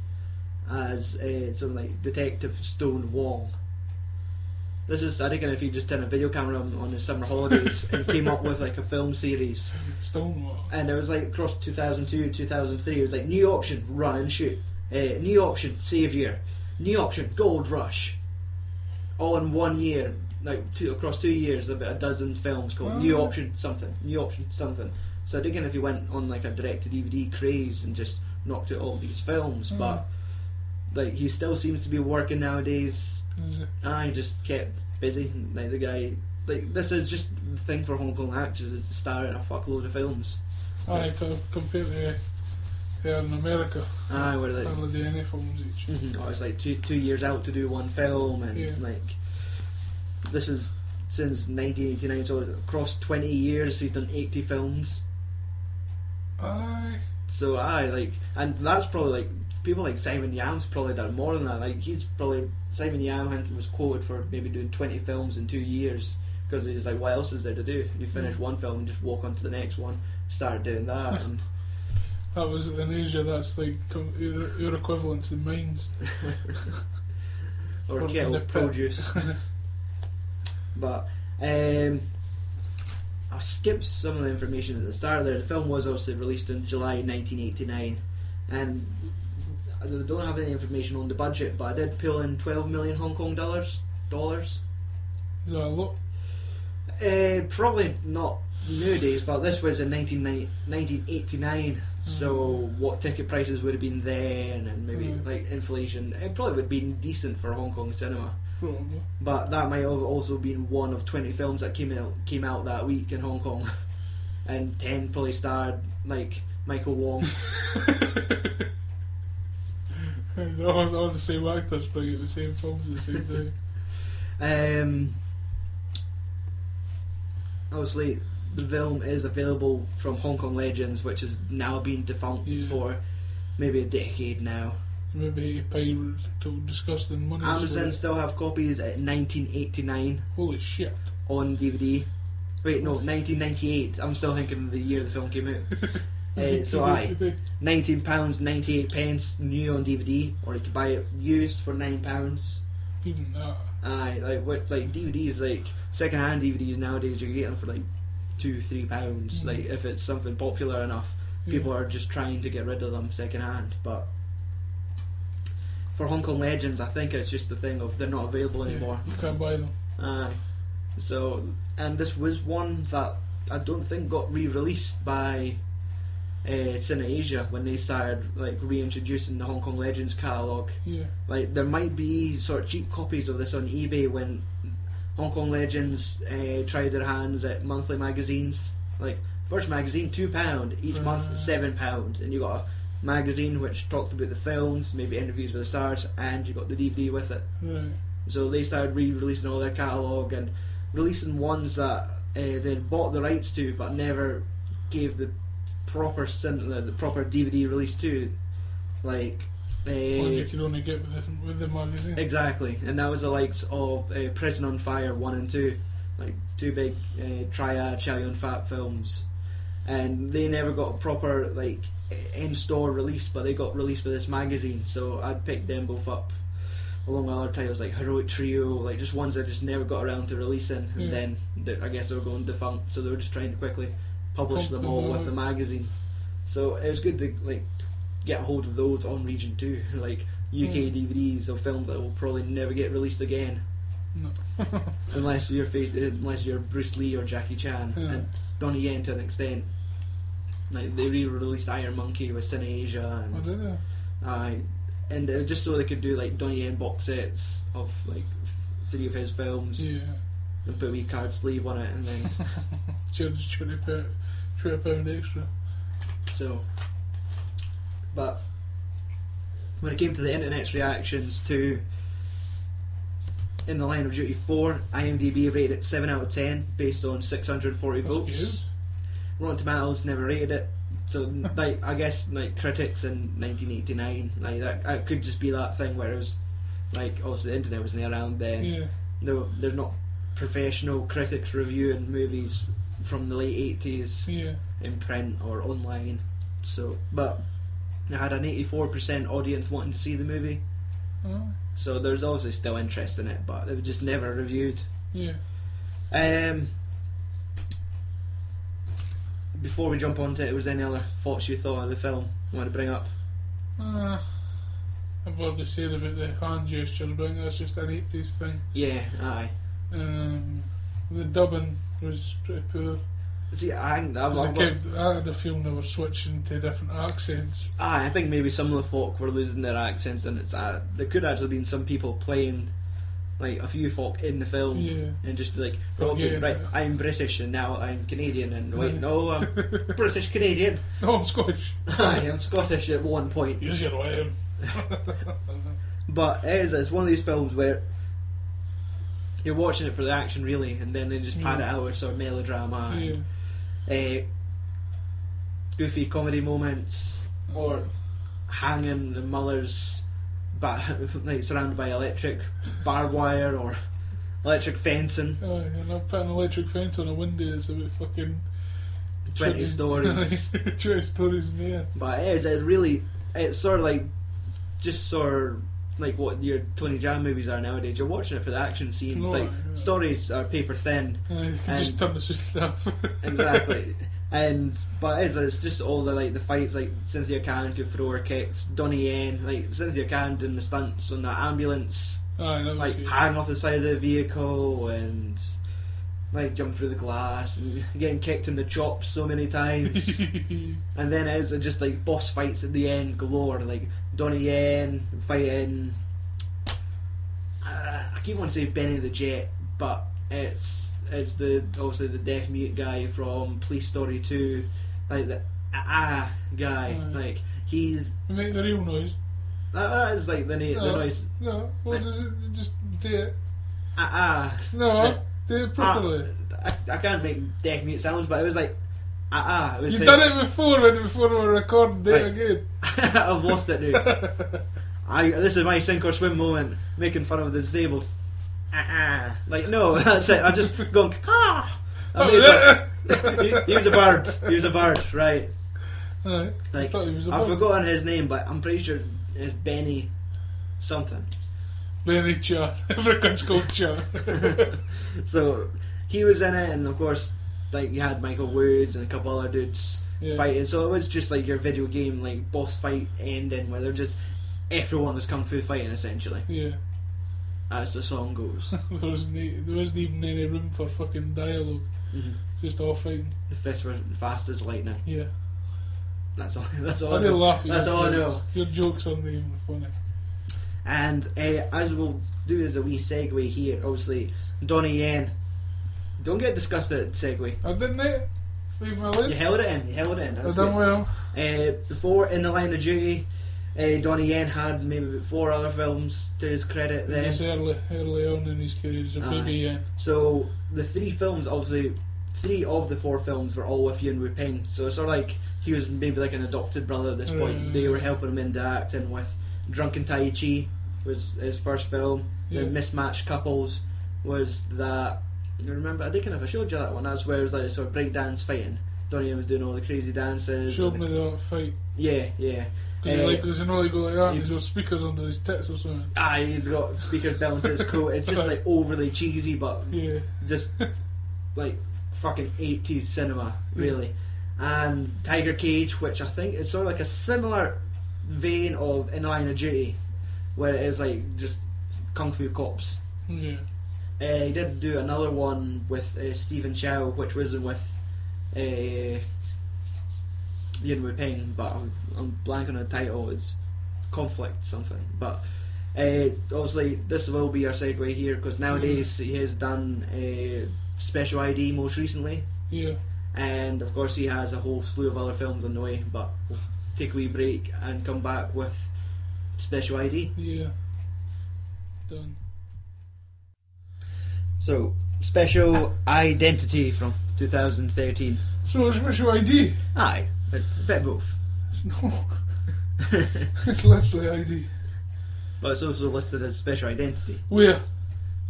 A: as uh, something like Detective Stone Wall. This is I reckon if he just turned a video camera on, on his summer holidays and came up with like a film series
B: Stonewall.
A: and it was like across 2002 2003 it was like new option run and shoot uh, new option savior new option gold rush all in one year like two across two years about a dozen films called new
B: Wow.
A: option something new option something so I'd again if you went on like a direct to dvd craze and just knocked out all these films
B: Mm.
A: but like he still seems to be working nowadays
B: Is it-
A: I just kept busy. and, Like the guy, like this is just the thing for Hong Kong actors is to star in a fuckload of films.
B: Aye, co- compared to here in America,
A: Aye, where like,
B: hardly do any films each.
A: Mhm, oh, it's like two two years out to do one film, and it's
B: Mm-hmm. Yeah.
A: like this is since 1989, so across 20 years he's done 80 films.
B: Aye.
A: So I like, and that's probably like people like Simon Yam's probably done more than that. Like he's probably Simon Yam I think, was quoted for maybe doing twenty films in two years because he's like, what else is there to do? You finish
B: Mm.
A: one film and just walk on to the next one. Start doing that, and
B: That was in Asia, that's like com- your, your equivalent to mines.
A: or
B: Or in
A: kettle
B: the pit.
A: produce. but um, I skipped some of the information at the start there. The film was obviously released in July 1989, and I don't have any information on the budget, but I did pull in 12 million Hong Kong dollars. Dollars.
B: Is that a lot?
A: Uh, probably not nowadays, but this was in 1990 1989.
B: Hmm.
A: So what ticket prices would have been then, and maybe
B: Mm.
A: like inflation, it probably would have been decent for Hong Kong cinema.
B: Probably.
A: But that might have also been one of 20 films that came out came out that week in Hong Kong, and 10 probably starred like Michael Wong.
B: And all, all the same actors playing the same films at the same day.
A: Um, obviously, the film is available from Hong Kong Legends, which has now been defunct
B: Yeah.
A: for maybe a decade now.
B: Maybe a pirate told disgusting money.
A: Amazon
B: so-
A: still have copies at 1989
B: Holy shit.
A: on DVD. Wait, no, 1998. I'm still thinking of the year the film came out. Eh, so aye.
B: Today.
A: nineteen pounds ninety eight pence new on DVD, or you could buy it used for nine pounds.
B: Even that.
A: Aye, like what like DVDs like second hand DVDs nowadays you're getting for like two three pounds.
B: Mhm.
A: Like if it's something popular enough, people are just trying to get rid of them second hand. But for Hong Kong Legends, I think it's just the thing of they're not available anymore.
B: Yeah, you can't buy them.
A: Aye. Um, So, and this was one that I don't think got re-released by uh, Cine Asia when they started like reintroducing the Hong Kong Legends catalog.
B: Yeah.
A: Like there might be sort of cheap copies of this on eBay when Hong Kong Legends uh, tried their hands at monthly magazines. Like first magazine two pound each
B: Right.
A: month seven pound, and you got a magazine which talked about the films, maybe interviews with the stars, and you got the DVD with it.
B: Right.
A: So they started re-releasing all their catalogue and releasing ones that uh, they bought the rights to, but never gave the proper cin- the, the proper DVD release to, like.
B: Ones you
A: Uh,
B: could only get with the, with the magazine.
A: exactly, and that was the likes of uh, Prison on Fire one and two, like two big uh, triad Chow Yun Fat films, and they never got a proper like in store release, but they got released for this magazine. So I'd pick them both up along with other titles like Heroic Trio, like just ones I just never got around to releasing, and
B: Yeah.
A: then they, I guess they were going defunct, so they were just trying to quickly publish
B: Pump
A: them
B: them
A: all
B: out.
A: with the magazine. So it was good to like get a hold of those on Region Two, like UK
B: Mm.
A: DVDs of films that will probably never get released again.
B: No.
A: Unless you're face, uh, unless you're Bruce Lee or Jackie Chan
B: Yeah.
A: and Donnie Yen to an extent. Like they re-released Iron Monkey with Cine Asia
B: I
A: and
B: Oh, did it.
A: uh, and uh, just so they could do like Donnie Yen box sets of like f- three of his films
B: Yeah.
A: and put a wee card sleeve on it and then
B: Charge twenty pound, twenty pound extra.
A: So, but when it came to the internet's reactions to in the Line of Duty 4, IMDb rated it 7 out of 10 based on 640 votes. Rotten Tomatoes never rated it. So like I guess like critics in 1989 like that it could just be that thing where it was like obviously the internet wasn't around then
B: Yeah.
A: no, they're not professional critics reviewing movies from the late 80s
B: Yeah.
A: in print or online. So, but it had an 84% audience wanting to see the movie,
B: Oh,
A: so there's obviously still interest in it, but they were just never reviewed.
B: yeah.
A: Um, before we jump onto it, was there any other thoughts you thought of the film you want to bring up?
B: Uh, I've already said about the hand gestures, but I think that's just an 80s thing.
A: Yeah, aye.
B: Um, the dubbing was pretty poor.
A: See, I think that
B: 'Cause
A: was.
B: I, kept, I had a feeling they were switching to different accents.
A: Aye, I think maybe some of the folk were losing their accents, and it's uh, there could actually been some people playing like a few folk in the film,
B: Yeah.
A: and just like,
B: Oh,
A: oh, okay,
B: yeah.
A: right, I'm British and now I'm Canadian, and wait, no, I'm British Canadian.
B: No, I'm Scottish.
A: Aye, I'm Scottish at one point,
B: Use your lame.
A: but it is it's one of these films where you're watching it for the action really, and then they just pad
B: Yeah.
A: it out with sort of melodrama,
B: yeah.
A: and, uh, goofy comedy moments, or hanging the mullers ba- like surrounded by electric barbed wire or electric fencing
B: Aye, and I'll put an electric fence on a window that's about fucking
A: 20 stories
B: 20 stories in the air.
A: but it is it really it's sort of like just sort of like what your Tony Jaa movies are nowadays you're watching it for the action scenes
B: Oh,
A: like
B: yeah.
A: stories are paper thin
B: Aye, you can just
A: And-
B: turn the system off.
A: exactly and but it is it's just all the like the fights like Cynthia Cann could throw her kicks Donnie Yen like Cynthia Cann doing the stunts on that ambulance
B: Aye, that was
A: like
B: it.
A: hang off the side of the vehicle and like jump through the glass and getting kicked in the chops so many times. and then it's just like boss fights at the end galore, like Donnie Yen fighting. Uh, I keep wanting to say Benny the Jet, but it's it's the obviously the deaf mute guy from Police Story Two, like the ah ah guy,
B: Aye.
A: like he's
B: Make the real noise.
A: that, that is like the, na- the
B: No,
A: noise
B: No, well, does it just do it?
A: ah ah.
B: No, do it properly.
A: I, I can't make deaf mute sounds, but it was like, ah, ah. It was
B: You've
A: his-
B: done it before when before we were recording. Do
A: Right.
B: it
A: I've lost it now.
B: again.
A: I, this is my sink or swim moment, making fun of the disabled. Ah, ah. Like, no, that's it. I'm just going, ah. I made that. he, he was a bird. He was a bird, right.
B: Aye, I
A: Like,
B: thought he was a
A: I've
B: bug.
A: forgotten his name, but I'm pretty sure it's Benny something.
B: Benny Chan. Everyone's called Chan.
A: So he was in it, and of course, like you had Michael Woods and a couple other dudes
B: Yeah.
A: fighting. So it was just like your video game, like boss fight ending, where they're just everyone was kung fu fighting essentially,
B: yeah.
A: as the song goes.
B: There wasn't, e- there wasn't even any room for fucking dialogue.
A: Mhm.
B: Just all fighting.
A: the fists were fast as lightning.
B: Yeah.
A: That's all. That's all.
B: I
A: I
B: do
A: know.
B: laugh at
A: That's
B: your
A: all I
B: jokes.
A: know.
B: Your jokes aren't even funny.
A: And uh, as we'll do as a wee segue here, obviously Donnie Yen. Don't get disgusted, segue.
B: I didn't it. Leave my lid.
A: You held it in. You held it in. That
B: I
A: was
B: done
A: good.
B: well.
A: Uh, before in the line of duty, uh, Donnie Yen had maybe about four other films to his credit.
B: It
A: Then,
B: was early, early on in his career. So
A: Aye.
B: maybe, yeah.
A: so the three films, obviously, three of the four films were all with Yuen Wu Ping. So it's sort of like he was maybe like an adopted brother at this point.
B: Mm.
A: They were helping him into acting with Drunken Tai Chi was his first film.
B: Yeah.
A: The Mismatched Couples was that. You remember? I think kind of I showed you that one. That's where it was like sort of breakdance fighting. Donnie Yen was doing all the crazy dances.
B: Showed
A: and
B: me
A: the-
B: that fight.
A: yeah, yeah.
B: Because
A: Uh,
B: like, there's an only go like that, and
A: you-
B: there's no speakers under his tits or something.
A: Ah, he's got speakers down to his coat. It's just like overly cheesy, but
B: Yeah.
A: just like fucking eighties cinema, really. And Tiger Cage, which I think is sort of like a similar vein of In the Line of Duty, where it is like just kung fu cops.
B: Yeah.
A: Uh, he did do another one with uh, Stephen Chow, which was with uh, Yin Wu Ping, but I'm, I'm blanking on the title. It's conflict something. But uh, obviously, this will be our segue here because nowadays he has done uh, Special ID most recently,
B: Yeah.
A: and of course he has a whole slew of other films on the way. But we'll take a wee break and come back with Special ID.
B: Yeah. Done.
A: So, special identity from 2013.
B: So it's what's your ID?
A: Aye, a bit of both.
B: It's no. it's literally ID.
A: But it's also listed as special identity
B: Where?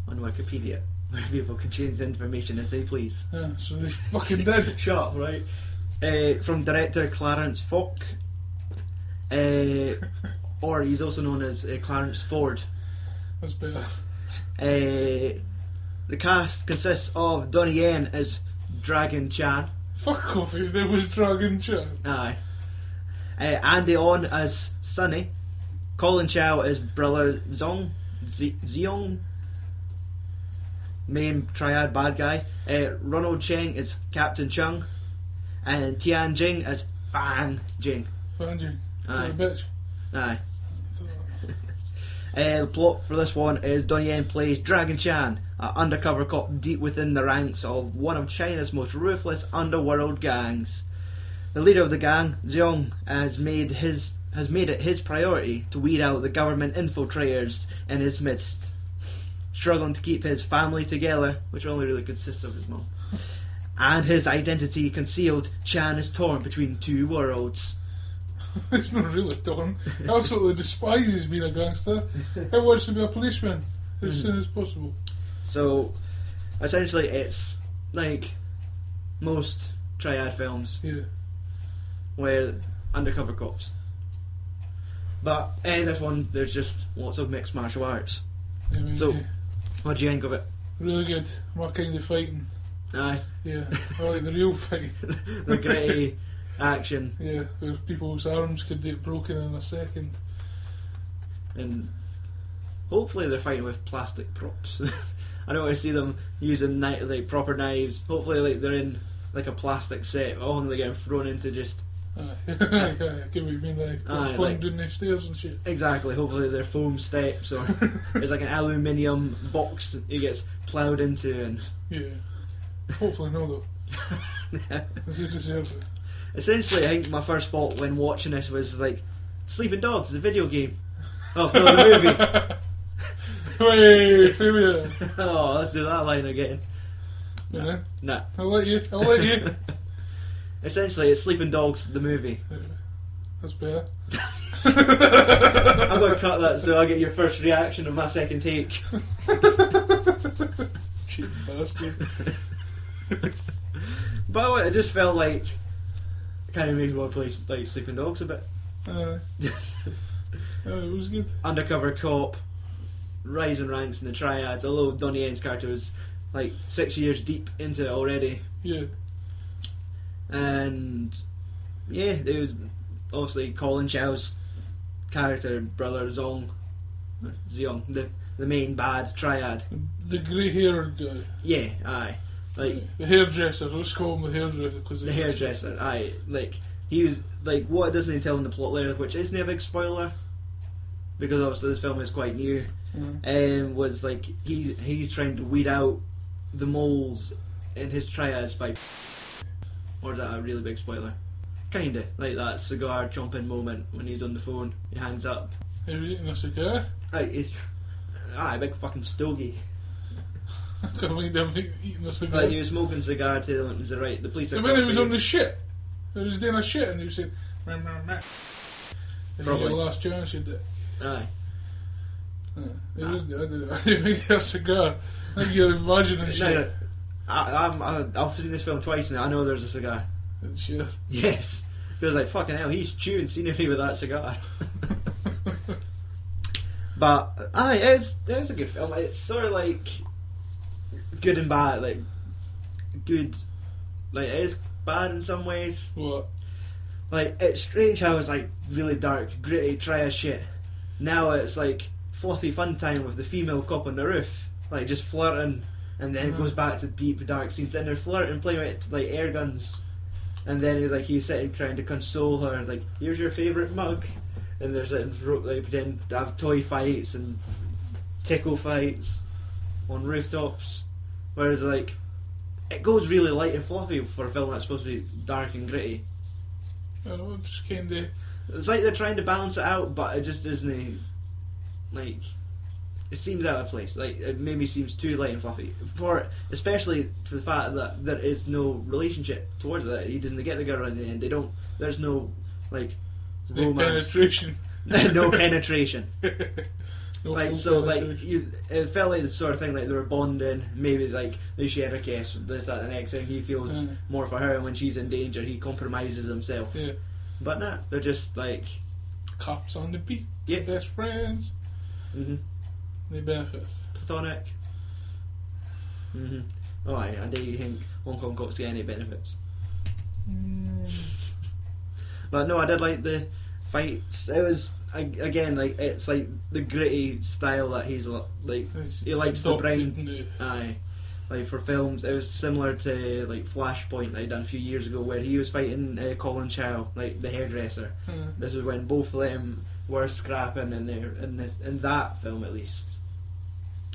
A: on Wikipedia, where people can change the information as they please.
B: Yeah, so they fucking did.
A: Shut up, right? Uh, from director Clarence Falk, uh, or he's also known as uh, Clarence Ford.
B: That's better.
A: Uh, the cast consists of Donnie Yen as Dragon Chan.
B: Fuck off, his name was Dragon Chan.
A: Aye. Uh, Andy On as Sunny. Colin Chow as Brother Zong. Z- Zeong. Main triad bad guy. Uh, Ronald Cheng as Captain Chung. And Tian Jing as Fan Jing.
B: Fanjing.
A: Aye.
B: Aye. bitch.
A: Aye. Uh, the plot for this one is Donnie Yen plays Dragon Chan, an undercover cop deep within the ranks of one of China's most ruthless underworld gangs. The leader of the gang, Zhong, has made his has made it his priority to weed out the government infiltrators in his midst. Struggling to keep his family together, which only really consists of his mum, and his identity concealed, Chan is torn between two worlds.
B: It's not really torn. Absolutely despises being a gangster. Everyone wants to be a policeman as
A: Mm.
B: soon as possible.
A: So essentially, it's like most triad films
B: Yeah.
A: where undercover cops. But in this one, there's just lots of mixed martial arts.
B: I mean,
A: So-
B: yeah.
A: What do you think of it?
B: Really good. My kind of fighting.
A: Aye,
B: Yeah. I like the real fight.
A: the gritty action
B: Yeah, where people's arms could get broken in a second.
A: and hopefully they're fighting with plastic props. I don't want to see them using knife, like proper knives. Hopefully, like they're in like a plastic set. Oh, and they're getting thrown into just
B: Aye. Aye, Give me mean like got
A: Aye,
B: flung down the stairs and shit.
A: Exactly. Hopefully they're foam steps or it's like an aluminium box that it gets ploughed into and
B: Yeah. Hopefully not though. They deserve it.
A: essentially I think my first thought when watching this was like Sleeping Dogs, the video game. Oh no the movie.
B: Hey, Fabian.
A: oh, let's do that line again.
B: And then,
A: Nah.
B: I'll let you. I'll let you.
A: Essentially it's Sleeping Dogs the movie.
B: That's better.
A: I'm gonna cut that so I get your first reaction on my second take.
B: Cheap bastard.
A: But I just felt like it kinda makes me want to play like Sleeping Dogs a bit.
B: Aye. Aye, Uh, it was good.
A: undercover cop, rising ranks in the triads. Although Donnie Yen's character was like six years deep into it already,
B: Yeah.
A: and yeah, there was obviously Colin Chow's character, brother Zong, or Zhong, the the main bad triad.
B: The grey haired guy.
A: Yeah, aye, like
B: The hairdresser. Let's call him the hairdresser because
A: the hairdresser. Aye, like he was like what doesn't he tell in the plot later, which isn't a big spoiler. Because obviously this film is quite new,
B: Mm-hmm.
A: um, was like he he's trying to weed out the moles in his triads by or is that a really big spoiler? Kinda like that cigar chomping moment when he's on the phone, he hangs up.
B: He was eating a cigar.
A: Like it's ah, a big fucking stogie.
B: I can't believe him eating a cigar.
A: Like he was smoking cigar till it was the right. The police are.
B: The minute he was
A: coming.
B: on the shit, he was doing a shit and he was saying, meh, meh, meh. It was your
A: Probably.
B: last chance, you did.
A: Aye.
B: It was the other. I didn't make a cigar. Like you're imagining
A: No,
B: shit.
A: no. I, I'm, I, I've seen this film twice now. I know there's a cigar.
B: And shit.
A: Yes. Feels like fucking hell. He's chewing scenery with that cigar. But aye, it's it's a good film. It's sort of like good and bad. Like good, like it is bad in some ways.
B: What?
A: Like it's strange how it's like really dark, gritty, try as shit. Now it's like fluffy fun time with the female cop on the roof, like just flirting, and then it goes back to deep dark scenes. And they're flirting, playing with like air guns, and then he's like he's sitting trying to console her, and like here's your favorite mug, and there's like ro- they pretend to have toy fights and tickle fights on rooftops, whereas like it goes really light and fluffy for a film that's supposed to be dark and gritty.
B: I don't know, uh, just kind of.
A: It's like they're trying to balance it out, but it just isn't. Like, It seems out of place. Like it maybe seems too light and fluffy for especially for the fact that there is no relationship towards that. He doesn't get the girl in the end. They don't. There's no like
B: No
A: romance.
B: penetration.
A: no penetration.
B: No
A: Like
B: full
A: so, like
B: penetration.
A: you, it felt like the sort of thing like they were bonding. Maybe like they share a kiss. This that the next thing he feels
B: Mm.
A: more for her, and when she's in danger, he compromises himself.
B: Uh, Yeah.
A: But nah, they're just like
B: Cops on the beat.
A: Yeah.
B: Best friends.
A: mhm,
B: They benefit.
A: platonic. hmm Oh, I, I dare you think Hong Kong cops get any benefits? But no, I did like the fights. It was ag- again like it's like the gritty style that he's lo- like
B: It's
A: he likes the
B: adopted
A: brain.
B: new-
A: Aye. Like for films, it was similar to like Flashpoint that he done a few years ago, where he was fighting uh, Colin Chow, like the hairdresser.
B: Uh,
A: This is when both of them were scrapping in there in this in that film at least.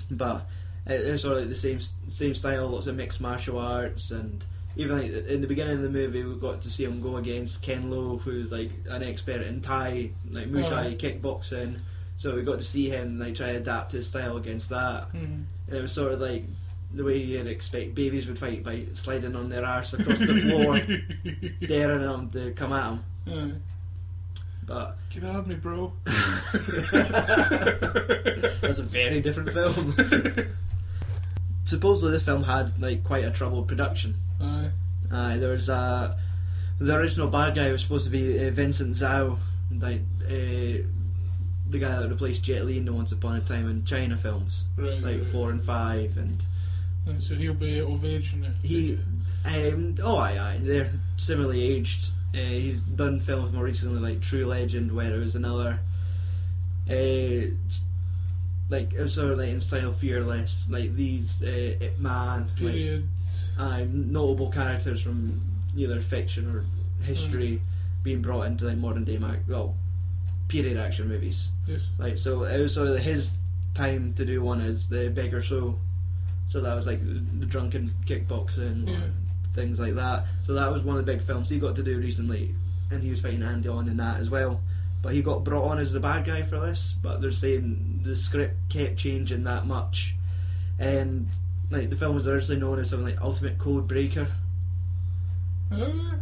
A: But it, it was sort of like the same same style, lots of mixed martial arts, and even like in the beginning of the movie, we got to see him go against Ken Lo, who's like an expert in Thai, like Muay Thai,
B: Alright.
A: kickboxing. So we got to see him like try to adapt his style against that.
B: mm.
A: And it was sort of like the way you'd expect babies would fight by sliding on their arse across the floor, daring them to come at him.
B: Uh,
A: But
B: get out of me, bro.
A: that's a very different film. Supposedly, this film had like quite a troubled production.
B: Aye.
A: Uh, there was uh, the original bad guy was supposed to be uh, Vincent Zhao, like uh, the guy that replaced Jet Li in the Once Upon a Time in China films,
B: Right,
A: like
B: right.
A: four and five, and
B: Uh, So he'll be of age now.
A: He, um, oh, aye, aye, they're similarly aged. Uh, he's done films more recently, like True Legend, where it was another, uh, s- like it was sort of like in style Fearless, like these uh, Ip Man, like
B: Period.
A: aye, notable characters from either fiction or history being brought into like modern day, mac- well, period action movies.
B: Yes.
A: Like so, it was sort of his time to do one as the beggar show. So that was like the, the drunken kickboxing
B: Yeah.
A: or things like that. So that was one of the big films he got to do recently, and he was fighting Andy on in that as well. But he got brought on as the bad guy for this. But they're saying the script kept changing that much, and like the film was originally known as something like Ultimate Code Breaker.
B: Uh,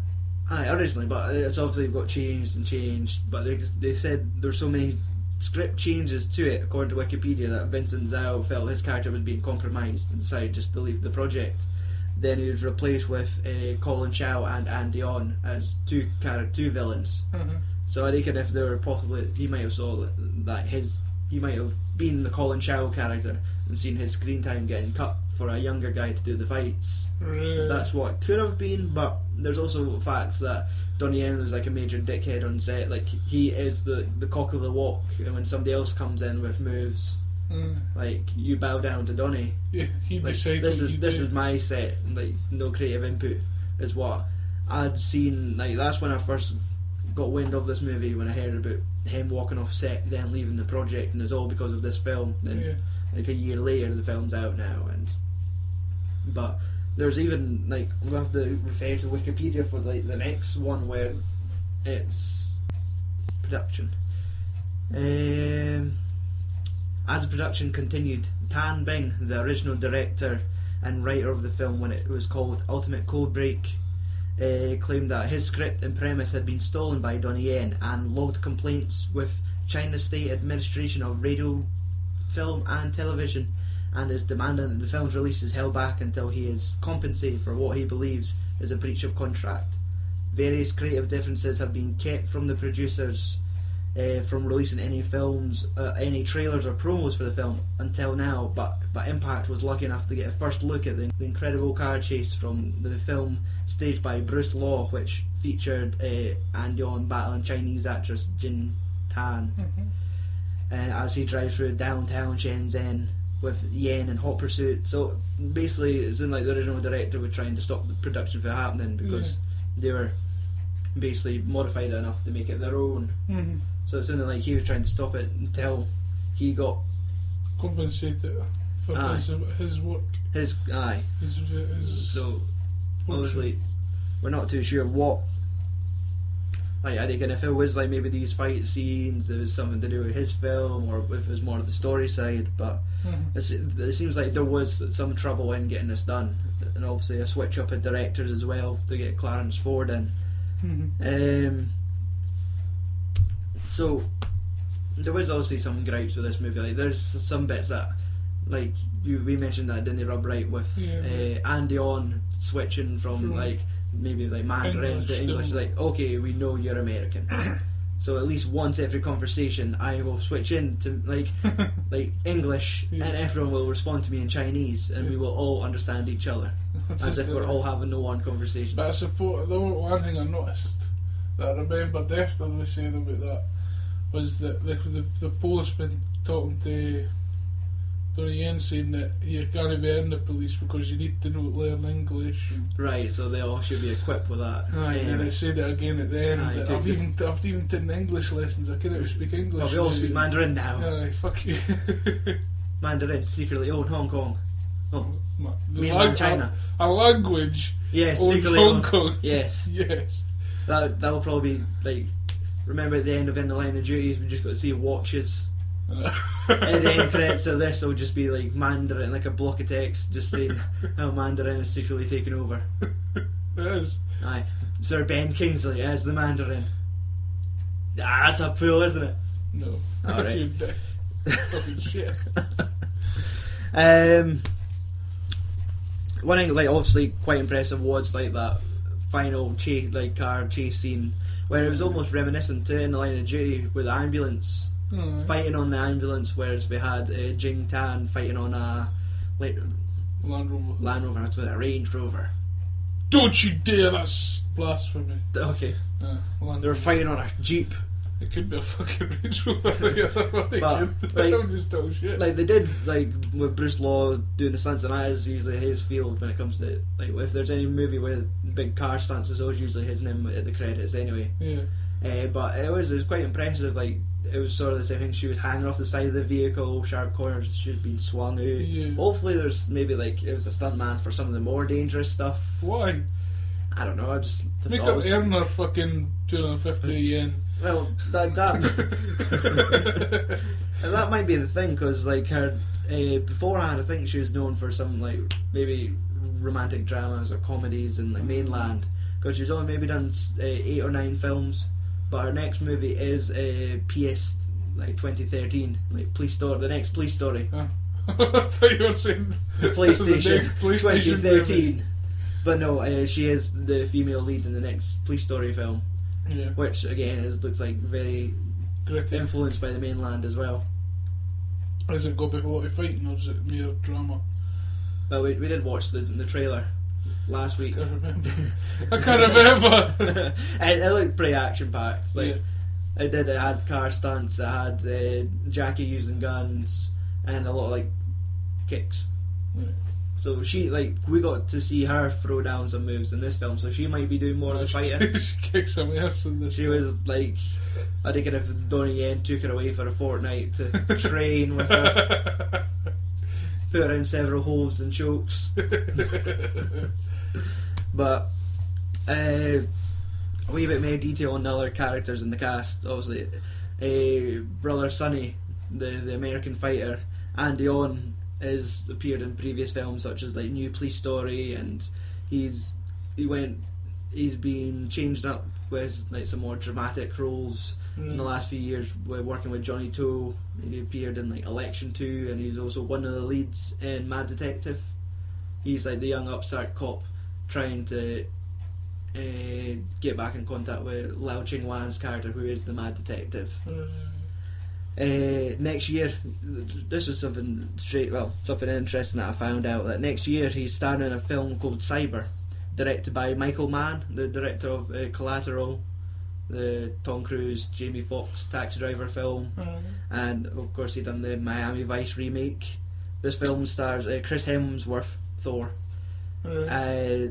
A: Aye, originally, but it's obviously got changed and changed. But they, they said there's so many script changes to it, according to Wikipedia, that Vincent Zhao felt his character was being compromised and decided just to leave the project. Then he was replaced with uh, Colin Chow and Andy On as two character, two villains.
B: uh-huh.
A: So I reckon if there were possibly, he might have saw that- that his, he might have been the Colin Chow character and seen his screen time getting cut for a younger guy to do the fights.
B: Right.
A: That's what it could have been, but there's also facts that Donnie Yen was like a major dickhead on set. Like he is the the cock of the walk, and when somebody else comes in with moves,
B: Uh,
A: like you bow down to Donnie.
B: yeah, he
A: Like,
B: decides
A: this
B: what
A: is
B: you
A: this
B: do.
A: is my set. and, Like no creative input is what I'd seen. Like that's when I first got wind of this movie when I heard about him walking off set, then leaving the project, and it's all because of this film. And
B: Yeah.
A: like a year later the film's out now and but there's even like we will have to refer to Wikipedia for like the next one where it's production um, as the production continued Tan Bing the original director and writer of the film when it was called Ultimate Code Break uh, claimed that his script and premise had been stolen by Donnie Yen and logged complaints with China's State Administration of Radio film and television and is demanding that the film's release is held back until he is compensated for what he believes is a breach of contract. Various creative differences have been kept from the producers uh, from releasing any films, uh, any trailers or promos for the film until now, but, but Impact was lucky enough to get a first look at the, the incredible car chase from the film staged by Bruce Law, which featured uh, Andy on battling Chinese actress Jin Tan
B: Mhm.
A: uh, as he drives through downtown Shenzhen with Yen in hot pursuit. So basically, it's in like the original director were trying to stop the production from happening because they were basically modified it enough to make it their own.
B: Mhm.
A: So it's something like he was trying to stop it until he got
B: Compensate it for
A: Aye.
B: his, his work.
A: his aye.
B: His, his
A: So
B: portion.
A: obviously, we're not too sure what like I think, and if it was like maybe these fight scenes, it was something to do with his film, or if it was more of the story side. But it's, it seems like there was some trouble in getting this done, and obviously a switch up of directors as well to get Clarence Ford in. Mm-hmm.
B: Mm-hmm.
A: Um, so there was obviously some gripes with this movie. Like there's some bits that, like you we mentioned that didn't they rub right with
B: Yeah.
A: uh, Andy on switching from
B: From
A: like maybe like Mandarin
B: English
A: to
B: to-
A: English. Like okay, we know you're American. So at least once every conversation, I will switch in to like like English,
B: Yeah.
A: and everyone will respond to me in Chinese, and we will all understand each other as if we're all having the one conversation.
B: But I support the one- one thing I noticed that I remembered after they said about that was that the, the, the Polishman talking to Donnie Yen saying that you can't be in the police because you need to know learn English. And,
A: Right, so they all should be equipped with that.
B: aye, and then
A: Um,
B: I said it again at the end.
A: Aye,
B: that
A: take
B: I've
A: the-
B: even I've even taken English lessons. I can't even speak English.
A: well, we all
B: now.
A: speak Mandarin now.
B: Aye, fuck you.
A: Mandarin secretly owned Hong Kong. Oh,
B: Ma- the
A: mainland
B: lang-
A: China.
B: A, a language
A: Yes,
B: owns
A: secretly
B: Hong
A: owned-
B: Kong.
A: Yes,
B: Yes.
A: that that'll probably be, like. Remember at the end of In the Line of Duties, we just got to see watches. And the end credits of this will just be like Mandarin, like a block of text, just saying how Mandarin is secretly taking over.
B: Yes.
A: Aye. Sir Ben Kingsley as the Mandarin. Ah, that's a pull, isn't it?
B: No.
A: All right.
B: You dick. Fucking shit.
A: Um, one thing, like obviously quite impressive was like that final chase, like car chase scene where it was almost reminiscent to in the line of duty with the ambulance
B: Alright.
A: fighting on the ambulance, whereas we had uh, Jing Tan fighting on a like
B: Land Rover.
A: Land Rover, I was gonna say a Range Rover.
B: Don't you dare! That's blasphemy.
A: Okay,
B: Uh, Land
A: they were
B: Rover.
A: fighting on a Jeep.
B: It could be a fucking Range Rover. Yeah, that's what they
A: But,
B: could.
A: like-
B: I'm just talking shit.
A: Like they did, like with Bruce Law doing the stunts, and that is usually his field when it comes to like if there's any movie where big car stunts, it's always usually his name at the credits anyway.
B: yeah.
A: Uh, but it was it was quite impressive. Like it was sort of the same thing. She was hanging off the side of the vehicle, sharp corners. She's been swung out.
B: Yeah.
A: Hopefully, there's maybe like it was a stuntman for some of the more dangerous stuff.
B: Why?
A: I don't know. I just I
B: Make
A: thought it
B: up
A: was-
B: earn their fucking 250 yen.
A: well that that and that might be the thing because like her uh, beforehand, I think she was known for some like maybe romantic dramas or comedies in the mainland because she's only maybe done uh, eight or nine films. But her next movie is uh, PS like 2013, like Police Story, the next Police Story.
B: Huh? I Ah. thought you were saying the
A: PlayStation,
B: next PlayStation movie.
A: 2013. But no, uh, she is the female lead in the next Police Story film,
B: Yeah.
A: which again is looks like very
B: Gritty.
A: influenced by the mainland as well.
B: Has it got a lot of fighting or is it mere drama?
A: But we, we did watch the the trailer last week.
B: I can't remember. I eh, can't remember.
A: it, it looked pretty action packed. Like
B: Yeah.
A: it did. It had car stunts. It had uh, Jackie using guns and a lot of like kicks.
B: Right.
A: So she like we got to see her throw down some moves in this film. So she might be doing more of the
B: Oh,
A: fighting.
B: she kicked some ass in this.
A: She was like, I think if Donnie Yen took her away for a fortnight to train with her, put her in several holds and chokes. But uh, a wee bit more detail on the other characters in the cast. Obviously, uh, brother Sonny, the the American fighter, Andy On has appeared in previous films such as like New Police Story, and he's he went he's been changed up with like some more dramatic roles in the last few years. We're working with Johnny Toe. He appeared in like Election Two, and he's also one of the leads in Mad Detective. He's like the young upstart cop trying to uh, get back in contact with Lao Ching Wan's character, who is the Mad Detective. Uh, next year, this is something straight. Well, something interesting that I found out that next year he's starring in a film called Cyber, directed by Michael Mann, the director of uh, Collateral, the Tom Cruise, Jamie Foxx taxi driver film, and of course he done the Miami Vice remake. This film stars uh, Chris Hemsworth, Thor, uh,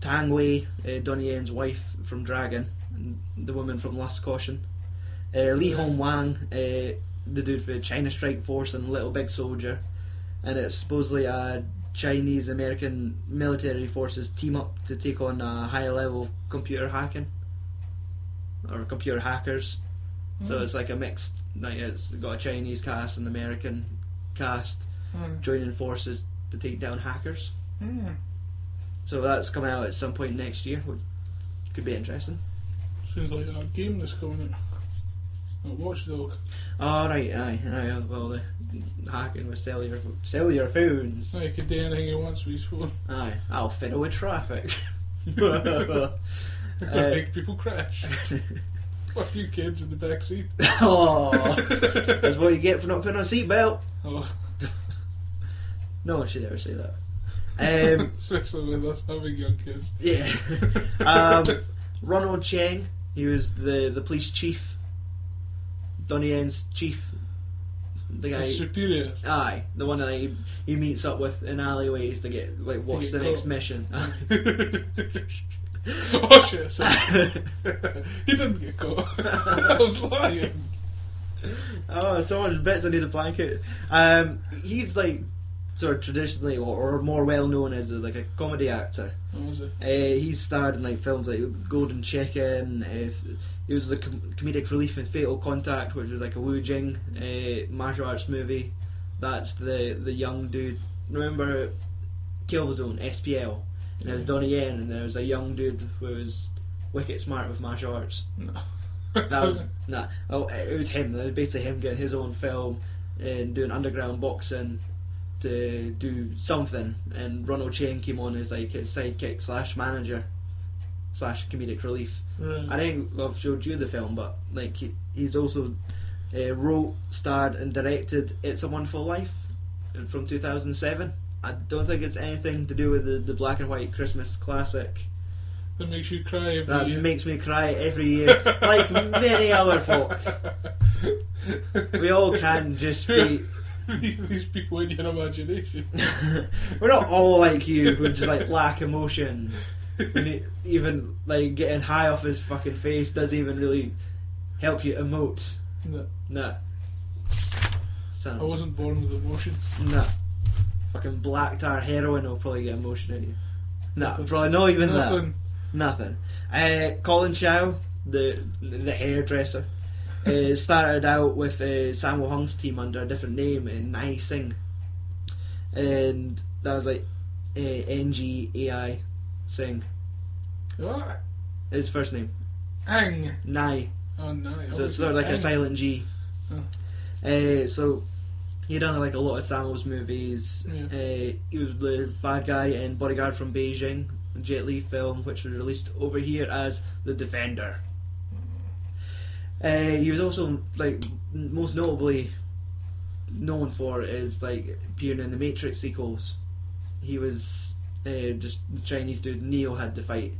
A: Tang Wei, uh, Donnie Yen's wife from Dragon, and the woman from Last Caution. Uh, Lee Hong Wang, uh, the dude for China Strike Force and Little Big Soldier. And it's supposedly a Chinese American military forces team up to take on a high level computer hacking. or computer hackers. So it's like a mixed. Like it's got a Chinese cast and American cast
B: Mm.
A: joining forces to take down hackers.
B: Mm.
A: So that's coming out at some point next year. Which could be interesting.
B: Seems like that game that's coming out. That Watchdog.
A: All right, aye, aye. Well, the hacking with cellular cellular phones.
B: Now he can do anything he wants with his phone.
A: Aye, I'll fiddle with traffic. Uh,
B: Make people crash. Fuck you kids in the back seat.
A: oh, that's what you get for not putting on a seatbelt.
B: Oh,
A: No one should ever say that. Um,
B: especially with us having young kids.
A: yeah. Um, Ronald Cheng, he was the, the police chief. Donnie Yen's chief. The guy.
B: It's superior.
A: Aye, the one that he, he meets up with in alleyways to get, like, what's
B: get
A: the next
B: caught.
A: mission?
B: oh shit! sorry. he didn't get caught. I was lying.
A: Oh, so much bits under the blanket. Um, he's like sort of traditionally or, or more well known as a, like a comedy actor.
B: What was it?
A: Uh, he's starred in like films like Golden Chicken. Uh, f- he was the com- comedic relief in Fatal Contact, which was like a Wu Jing uh, martial arts movie. That's the the young dude. Remember Killzone SPL? And there was
B: Yeah.
A: Donnie Yen, and there was a young dude who was wicked smart with martial arts.
B: No.
A: That was nah. Oh, it was him. That was basically him getting his own film and doing underground boxing to do something. And Ronald Chang came on as like his sidekick slash manager slash comedic relief.
B: Right.
A: I think I've showed you the film, but like he, he's also uh, wrote, starred, and directed "It's a Wonderful Life" from 2007. I don't think it's anything to do with the, the black and white Christmas classic.
B: That makes you cry every
A: That
B: year.
A: makes me cry every year, like many other folk. We all can just be.
B: These people in your imagination.
A: We're not all like you who just like lack emotion. And it- even like getting high off his fucking face doesn't even really help you emote.
B: No,
A: Nah.
B: I
A: So,
B: wasn't born with emotions.
A: nah. Fucking black tar heroin will probably get emotion out of you. Nah, probably not even that.
B: Nothing.
A: Nothing. Uh, Colin Chow, the the hairdresser, uh, started out with uh, Sammo Hung's team under a different name in Nai Singh, and that was like uh, N G A I Singh.
B: What?
A: His first name
B: Ang.
A: Nai,
B: Oh no. I
A: so
B: was
A: it's sort of like a
B: Ang.
A: silent G.
B: Oh.
A: Uh, so he done like a lot of Sammo's movies.
B: Yeah.
A: Uh, he was the bad guy in Bodyguard from Beijing, a Jet Li film, which was released over here as The Defender. Uh, he was also like m- most notably known for is like appearing in the Matrix sequels. He was uh, just the Chinese dude Neo had to fight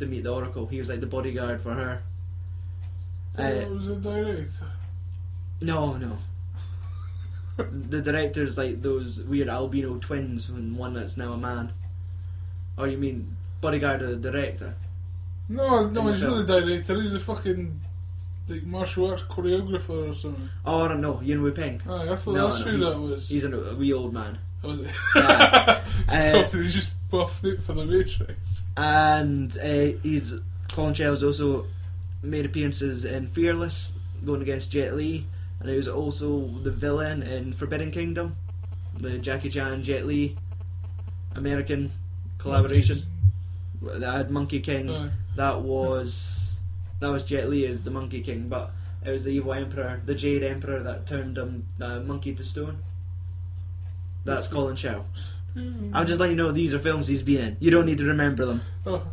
A: to meet the Oracle. He was like the bodyguard for her.
B: Oh,
A: Uh,
B: it was a director.
A: no, no. the director's like those weird albino twins, and one that's now a man. Or you mean bodyguard of the director?
B: No, no,
A: In
B: he's
A: the
B: not the director. He's a fucking like martial arts choreographer or something.
A: Oh, no, Yin Wu Ping.
B: Aye, I thought
A: No,
B: Oh, that's
A: no,
B: who
A: he-
B: that was.
A: He's Uh, an, a wee old man.
B: That was it.
A: Aye.
B: Something he just buffed it for the Matrix.
A: and uh, he's Colin Chow's also made appearances in Fearless, going against Jet Li, and he was also the villain in Forbidden Kingdom, the Jackie Chan Jet Li American collaboration. That had Monkey King. Oh.
B: Aye.
A: That was that was Jet Li as the Monkey King, but it was the evil emperor, the Jade Emperor, that turned him uh, monkey to stone. That's Colin Chow.
B: Hmm.
A: I'm just letting you know these are films he's been in. You don't need to remember them.
B: Oh,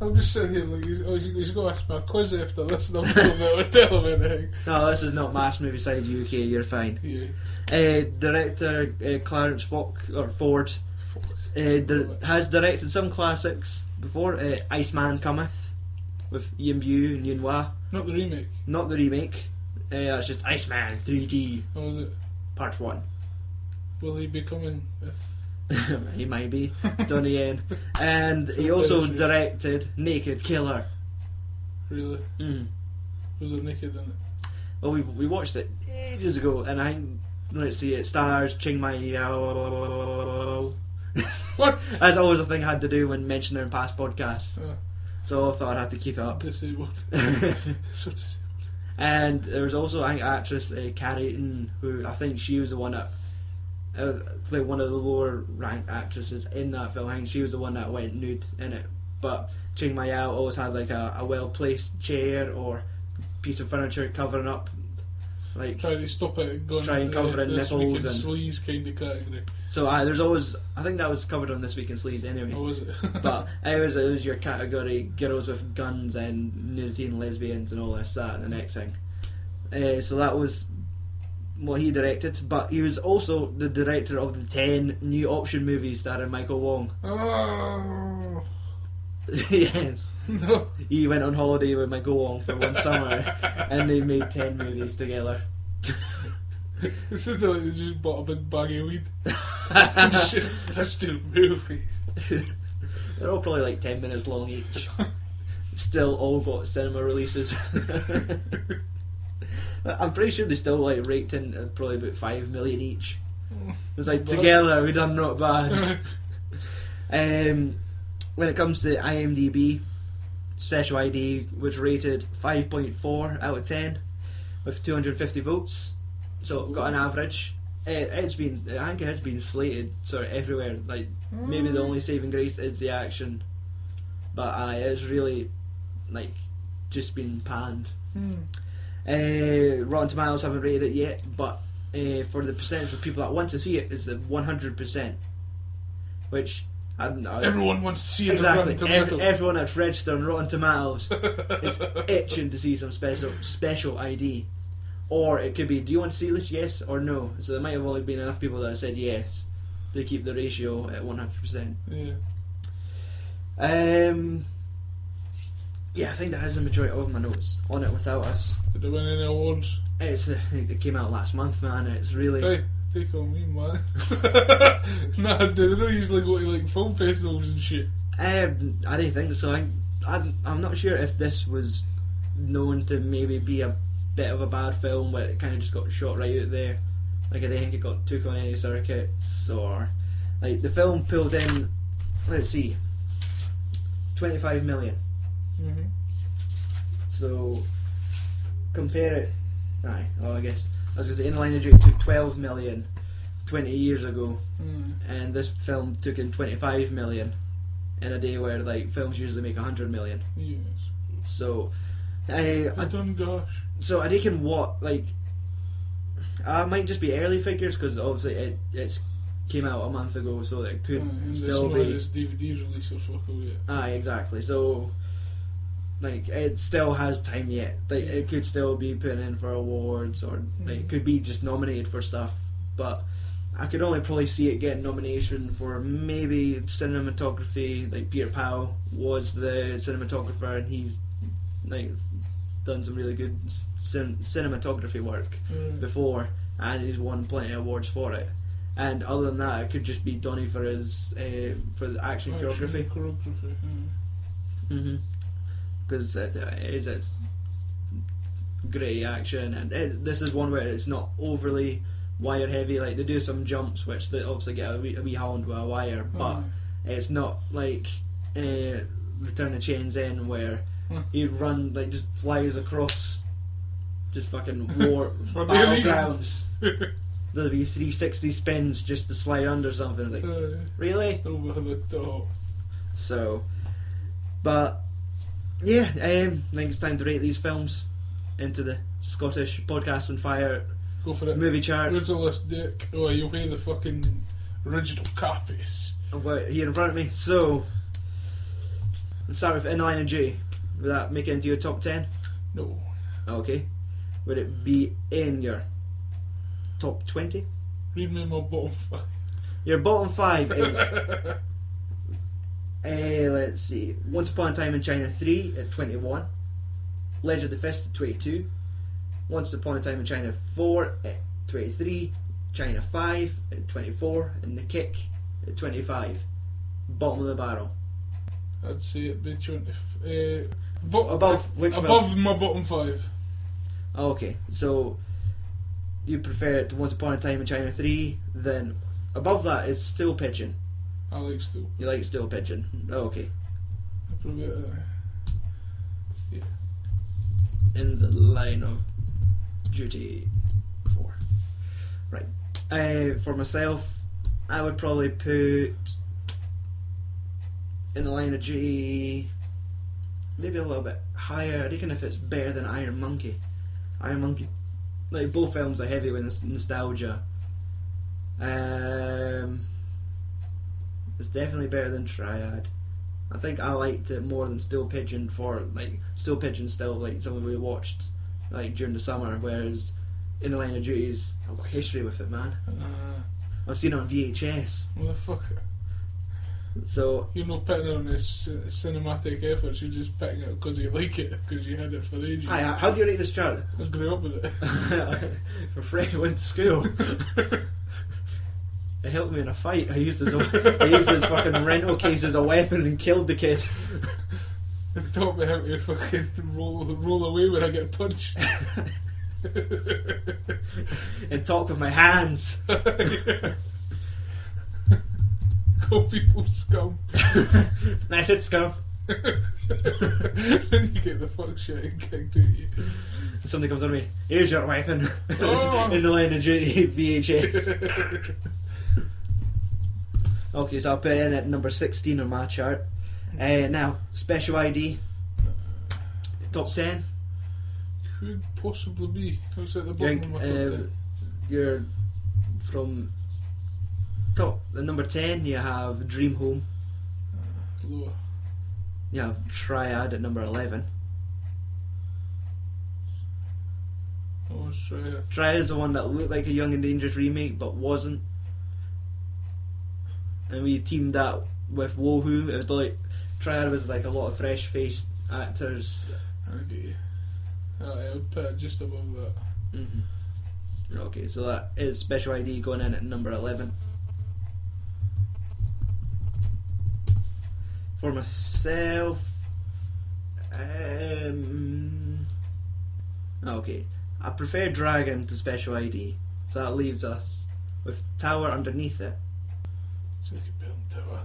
B: I'm just sitting here like, he's, oh, he's, he's going to ask me a quiz after this and I'm not going to tell him anything.
A: No, this is not Mass Movie Side UK. You're fine.
B: Yeah.
A: Uh, director uh, Clarence Fock or Ford uh, di- has directed some classics before. Uh, Iceman Cometh with Ian Bu and Yuen Wah.
B: Not the remake.
A: Not the remake. Uh, that's just Iceman 3D
B: Or was it?
A: Part One.
B: Will he be coming? If,
A: he might be Donnie Yen, and he also directed Naked Killer.
B: really?
A: Mm.
B: Was it naked in it?
A: Well, we, we watched it ages ago, and I let's see, it stars Ching Mai Yao.
B: What?
A: That's always a thing I had to do when mentioning past podcasts.
B: Oh.
A: so I thought I'd have to keep up.
B: disabled. so disabled.
A: And there was also I think actress uh, Carrie Eaton, who I think she was the one that, uh, it's like one of the lower ranked actresses in that film. I think she was the one that went nude in it. But Ching Mai Yao always had like a, a well placed chair or piece of furniture covering up, like
B: Trying to stop it and going
A: Try and
B: into the-
A: cover in
B: this
A: nipples
B: weekend
A: and-
B: sleaze kind of category.
A: so. I, there's always I think that was covered on this week in sleeves anyway.
B: Or was it?
A: but it was it was your category girls with guns and nudity and lesbians and all this that and the next thing. Uh, so that was what he directed, but he was also the director of the ten new option movies starring Michael Wong.
B: oh,
A: yes,
B: no.
A: he went on holiday with Michael Wong for one summer, and they made ten movies together.
B: This is like they just bought a big bag of weed. Shit, Let's do movies.
A: They're all probably like ten minutes long each. Still, all got cinema releases. I'm pretty sure they still like raked in uh, probably about five million each. It's like
B: Well-
A: together we done not bad. um, when it comes to IMDb, Special ID was rated 5.4 out of 10 with 250 votes, so it got an average. It, it's been, I think it has been slated sort of everywhere. Like maybe the only saving grace is the action, but uh, it's really like just been panned.
B: Hmm.
A: Uh, Rotten Tomatoes haven't rated it yet, but uh, for the percentage of people that want to see it is the one hundred percent, which I don't know.
B: Everyone wants to see it
A: exactly
B: on Rotten
A: ev-
B: Tomatoes.
A: everyone that's registered on Rotten Tomatoes is itching to see some special special ID, or it could be, do you want to see this? Yes or no. So there might have only been enough people that have said yes to keep the ratio at one hundred percent.
B: yeah.
A: Um, yeah, I think that has the majority of my notes on it. Without us,
B: Did they win any awards?
A: it's uh, it came out last month, man. It's really.
B: Hey, take on me, man. nah, they don't usually go to like film festivals and shit.
A: Um, I don't think so. I, I'm, I'm not sure if this was known to maybe be a bit of a bad film, but it kind of just got shot right out there. Like I don't think it got took on any circuits or like the film pulled in. Let's see, twenty-five million.
B: Mm-hmm.
A: So compare it. Aye, well I guess I was going to say Inline Duty took twelve million twenty years ago
B: Mm.
A: and this film took in 25 million in a day where like films usually make 100 million
B: Yes.
A: so I,
B: I
A: I
B: done gosh.
A: so I reckon what like I might just be early figures because obviously it it's came out a month ago so it could
B: Mm, and
A: still
B: it's not
A: be
B: This DVD release or fuck all yet.
A: aye exactly so like it still has time yet like it could still be put in for awards or like, it could be just nominated for stuff but I could only probably see it getting nomination for maybe cinematography. Like Peter Powell was the cinematographer, and he's like done some really good cin- cinematography work
B: Alright.
A: before, and he's won plenty of awards for it. And other than that, it could just be Donny for his uh, for the action
B: Action
A: choreography.
B: choreography, yeah.
A: Because mm-hmm. it is it's great action, and it, this is one where it's not overly wire heavy. Like they do some jumps, which they obviously get a wee, a wee hand with a wire, but
B: Aye.
A: it's not like uh, Return of Chains End where
B: Huh.
A: he run like just flies across, just fucking war
B: For no reason.
A: battlegrounds. There'll be 360 spins just to slide under something. It's like,
B: Aye.
A: really?
B: Uh, Over the top.
A: So, but yeah, um, I think it's time to rate these films into the Scottish Podcast on Fire
B: Go for it.
A: movie chart.
B: Where's the list, Dick? Oh, you wear the fucking original copies.
A: I've got it here in front of me. So, let's start with Inline and G. Would that make it into your top 10?
B: No.
A: Okay. Would it be in your top 20?
B: Read me my bottom five.
A: Your bottom five is. Eh, let's see. Once Upon a Time in China 3 at 21. Legend of the Fist at 22. Once Upon a Time in China 4 at 23. China 5 at 24. And The Kick at 25. Bottom of the barrel.
B: I'd say it'd be 20. Uh, bo-
A: Above which one?
B: Above my bottom five.
A: Okay, so you prefer it to Once Upon a Time in China 3, then above that is Still Pigeon.
B: I like still.
A: You like Still Pigeon. Okay.
B: I probably, uh,
A: in the line of duty for? Right. Uh, for myself, I would probably put in the line of duty maybe a little bit higher. I reckon if it's better than Iron Monkey. Iron Monkey, like both films are heavy with nos- nostalgia. Um, it's definitely better than Triad. I think I liked it more than Steel Pigeon for like Steel Pigeon still like something we watched like during the summer, whereas in the line of duties I've got history with it, man.
B: Uh,
A: I've seen it on VHS.
B: motherfucker.
A: So
B: You're not picking on this uh, cinematic efforts, you're just picking it because you like it, because you had it for ages.
A: hi, how do you rate this chart?
B: I grew up with it.
A: My friend went to school. It helped me in a fight. I used his, I used his fucking rental case as a weapon and killed the kid.
B: It taught me how to fucking roll, roll away when I get punched.
A: and talk with my hands.
B: Call people scum.
A: and I said scum.
B: then you get the fuck shit kicked at you.
A: And somebody comes on to me, here's your weapon.
B: Oh.
A: in the line of duty VHS. Okay, so I'll put it in at number 16 on my chart. Uh, now, special ID. Top 10.
B: Could possibly be. What's at the bottom
A: Drink,
B: of my
A: uh,
B: top ten?
A: You're from top, the number 10, you have Dream Home.
B: Lower.
A: You have Triad at number 11.
B: I was trying to.
A: Triad's the one that looked like a Young and Dangerous remake but wasn't. And we teamed that with Woohoo. It was like Triad was like a lot of fresh faced actors.
B: Okay. Aye, I would Oh, put it just above that. Mm-hmm.
A: Okay, so that is Special ID going in at number 11. For myself, um, okay, I prefer Dragon to Special ID, so that leaves us with Tower underneath it.
B: It's like a building tower.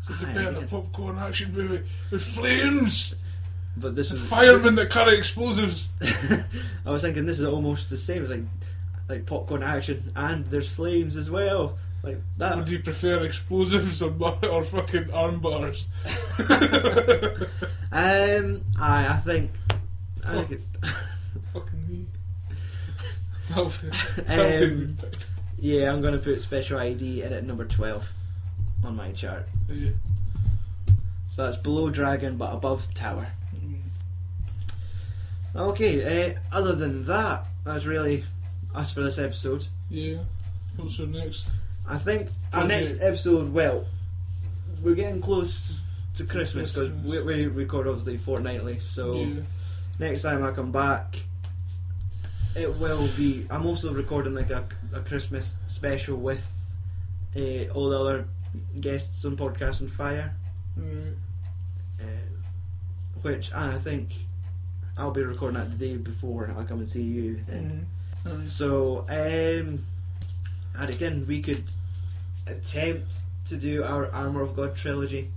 B: It's like
A: Aye,
B: a bit of
A: yeah.
B: a popcorn action movie with flames!
A: But this
B: The
A: was
B: firemen that carry explosives!
A: I was thinking this is almost the same. It's like like popcorn action, and there's flames as well. Like that.
B: Would you prefer explosives or, bar- or fucking arm bars?
A: Um, I I think. I think it,
B: fucking me. That would- that would
A: Um,
B: be picked.
A: yeah, I'm gonna put Special ID in at number twelve on my chart.
B: Yeah.
A: So that's below Dragon but above Tower.
B: Mm.
A: Okay. Uh, other than that, that's really us for this episode.
B: Yeah. What's your next?
A: I think our next
B: Project.
A: episode. Well, we're getting close to Christmas because we, we record obviously fortnightly. So
B: Yeah.
A: next time I come back, it will be. I'm also recording like a, a Christmas special with uh, all the other guests on Podcast and Fire,
B: Right.
A: uh, which I think I'll be recording that the day before I come and see you. Then.
B: Mm. Aye.
A: So, um, and again, we could attempt to do our Armor of God trilogy,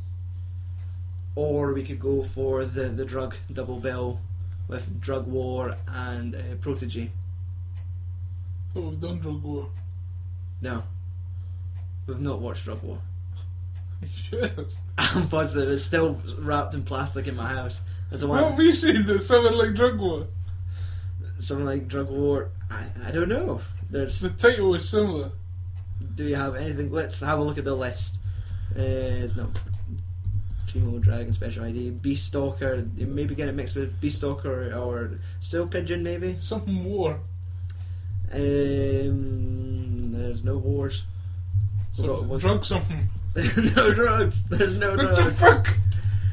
A: or we could go for the, the drug double bill with Drug War and uh, Protege.
B: But Oh, we've done drug war.
A: No, we've not watched Drug War.
B: yes.
A: I'm positive it's still wrapped in plastic in my house. That's the
B: What
A: one.
B: we said that something like drug war.
A: Something like Drug War. I, I don't know. There's.
B: The title was similar.
A: Do you have anything? Let's have a look at the list. Uh, it's not Primo Dragon Special ID, Beast Stalker. You maybe get it mixed with Beast Stalker or Steel Pigeon, maybe.
B: Something war.
A: Um, there's no wars. We've got
B: Something,
A: one-
B: drug something.
A: no drugs. There's no
B: What the
A: drugs.
B: fuck?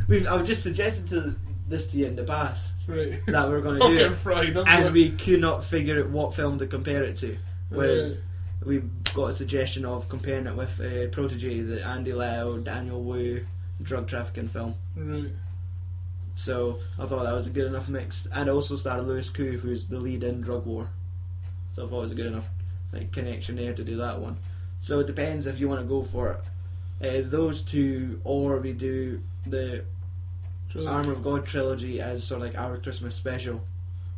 A: We've, I've just suggested to this to you in the past
B: Right.
A: that we're going to
B: I'm
A: do
B: getting
A: it,
B: fried. I'm
A: and
B: like-
A: we could not figure out what film to compare it to. Whereas we got a suggestion of comparing it with uh, Protege, the Andy Lau, Daniel Wu drug trafficking film.
B: Right.
A: So I thought that was a good enough mix, and it also starred Lewis Koo, who's the lead in Drug War. So I thought it was a good enough like connection there to do that one. So it depends if you want to go for it. Uh, those two, or we do the
B: Drug-
A: Armor of God trilogy as sort of like our Christmas special.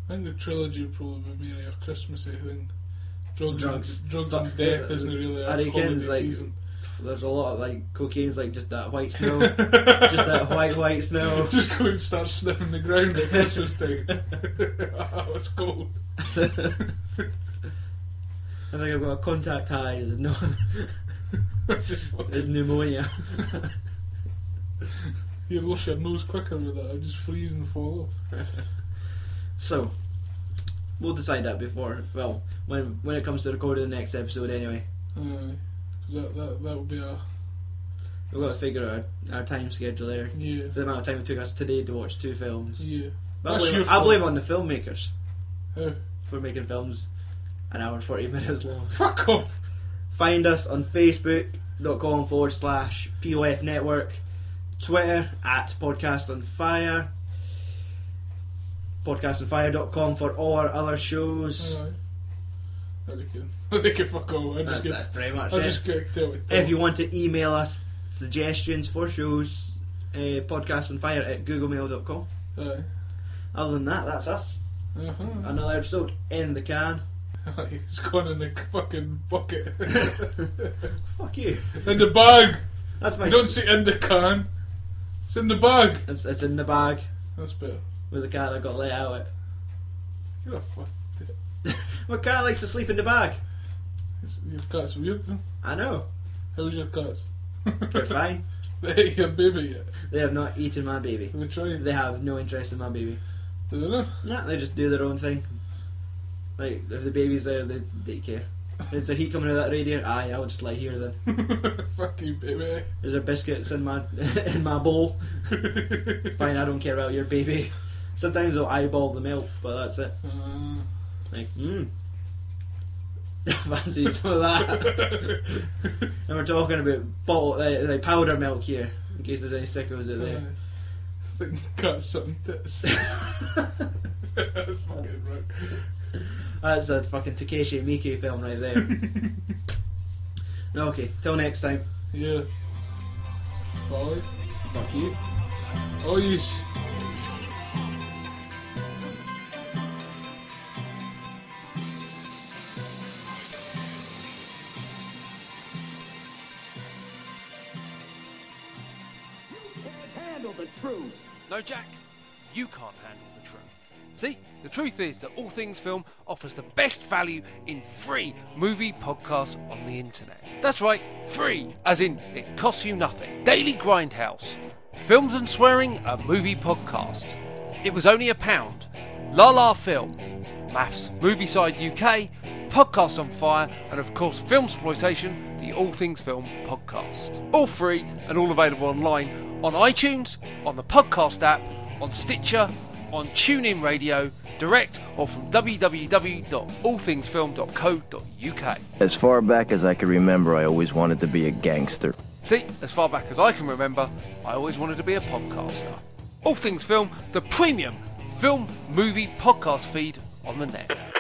B: I think the trilogy would probably be mainly a Christmassy thing. Drugs,
A: Drugs.
B: and, drugs
A: But-
B: and death isn't really a
A: I reckon
B: holiday
A: it's like-
B: season.
A: There's a lot of like cocaine's like just that white snow, just that white white snow.
B: Just go and start sniffing the ground at Christmas time. oh, it's cold.
A: I think I've got a contact high. Is no, is pneumonia.
B: You wash your nose quicker with that. I just freeze and fall off.
A: So we'll decide that before. Well, when when it comes to recording the next episode, anyway,
B: Aye. 'Cause that that that would be a
A: we've got to figure out our, our time schedule there.
B: yeah
A: For the amount of time it took us today to watch two films,
B: yeah.
A: but I
B: That's your
A: blame, I blame
B: fault.
A: on the filmmakers
B: How?
A: for making films an hour and forty minutes long.
B: Fuck off.
A: Find us on Facebook.com forward slash POF Network, Twitter at Podcast on Fire, podcastonfire.com for all our other shows.
B: Aye. I reckon. I reckon fuck all. I just
A: That's,
B: get.
A: that's pretty much
B: I
A: it.
B: just get tell it.
A: if you want to email us suggestions for shows, uh, podcast on fire at googlemail.com.
B: Aye.
A: Other than that, that's us.
B: Uh-huh.
A: Another episode in the can.
B: Aye. It's gone in the fucking bucket.
A: Fuck you.
B: in the bag.
A: That's my.
B: You don't see it in the can. It's in the bag.
A: it's, it's in the bag
B: That's better.
A: with the cat that got let out. It.
B: You're a fuck.
A: My cat likes to sleep in the bag.
B: It's- Your cat's weird. Then.
A: I know.
B: How's your cats?
A: They're fine.
B: They ain't your baby yet.
A: They have not eaten my baby.
B: Have they tried?
A: They have no interest in my baby.
B: Do they know?
A: Nah, they just do their own thing. Like, if the baby's there, they, they care. Is there heat coming out of that radiator? Aye, I'll just lie here then.
B: Fuck you, baby.
A: Is there biscuits in my in my bowl? Fine, I don't care about your baby. Sometimes I'll eyeball the milk, but that's it.
B: Uh,
A: Like, mmm. Fancy some of that. and we're talking about bottle, like, like powder milk here, in case there's any sickos out there.
B: Fucking Cat something tits. That's fucking right.
A: That's a fucking Takeshi Miike film right there. okay, till next time.
B: Yeah. Bye.
A: Fuck you.
B: Oh, you. Sh-
C: handle the truth.
D: No, Jack, you can't handle the truth. See, the truth is that All Things Film offers the best value in free movie podcasts on the internet. That's right, free, as in it costs you nothing. Daily Grindhouse, Films and Swearing, a movie podcast. It was only a pound. La La Film, Maths Movie Side UK, Podcast on Fire, and of course Film Exploitation, the All Things Film podcast. All free and all available online on iTunes, on the podcast app, on Stitcher, on TuneIn Radio, direct or from www.allthingsfilm.co.uk.
E: As far back as I can remember, I always wanted to be a gangster.
D: See, as far back as I can remember, I always wanted to be a podcaster. All Things Film, the premium film movie podcast feed on the net.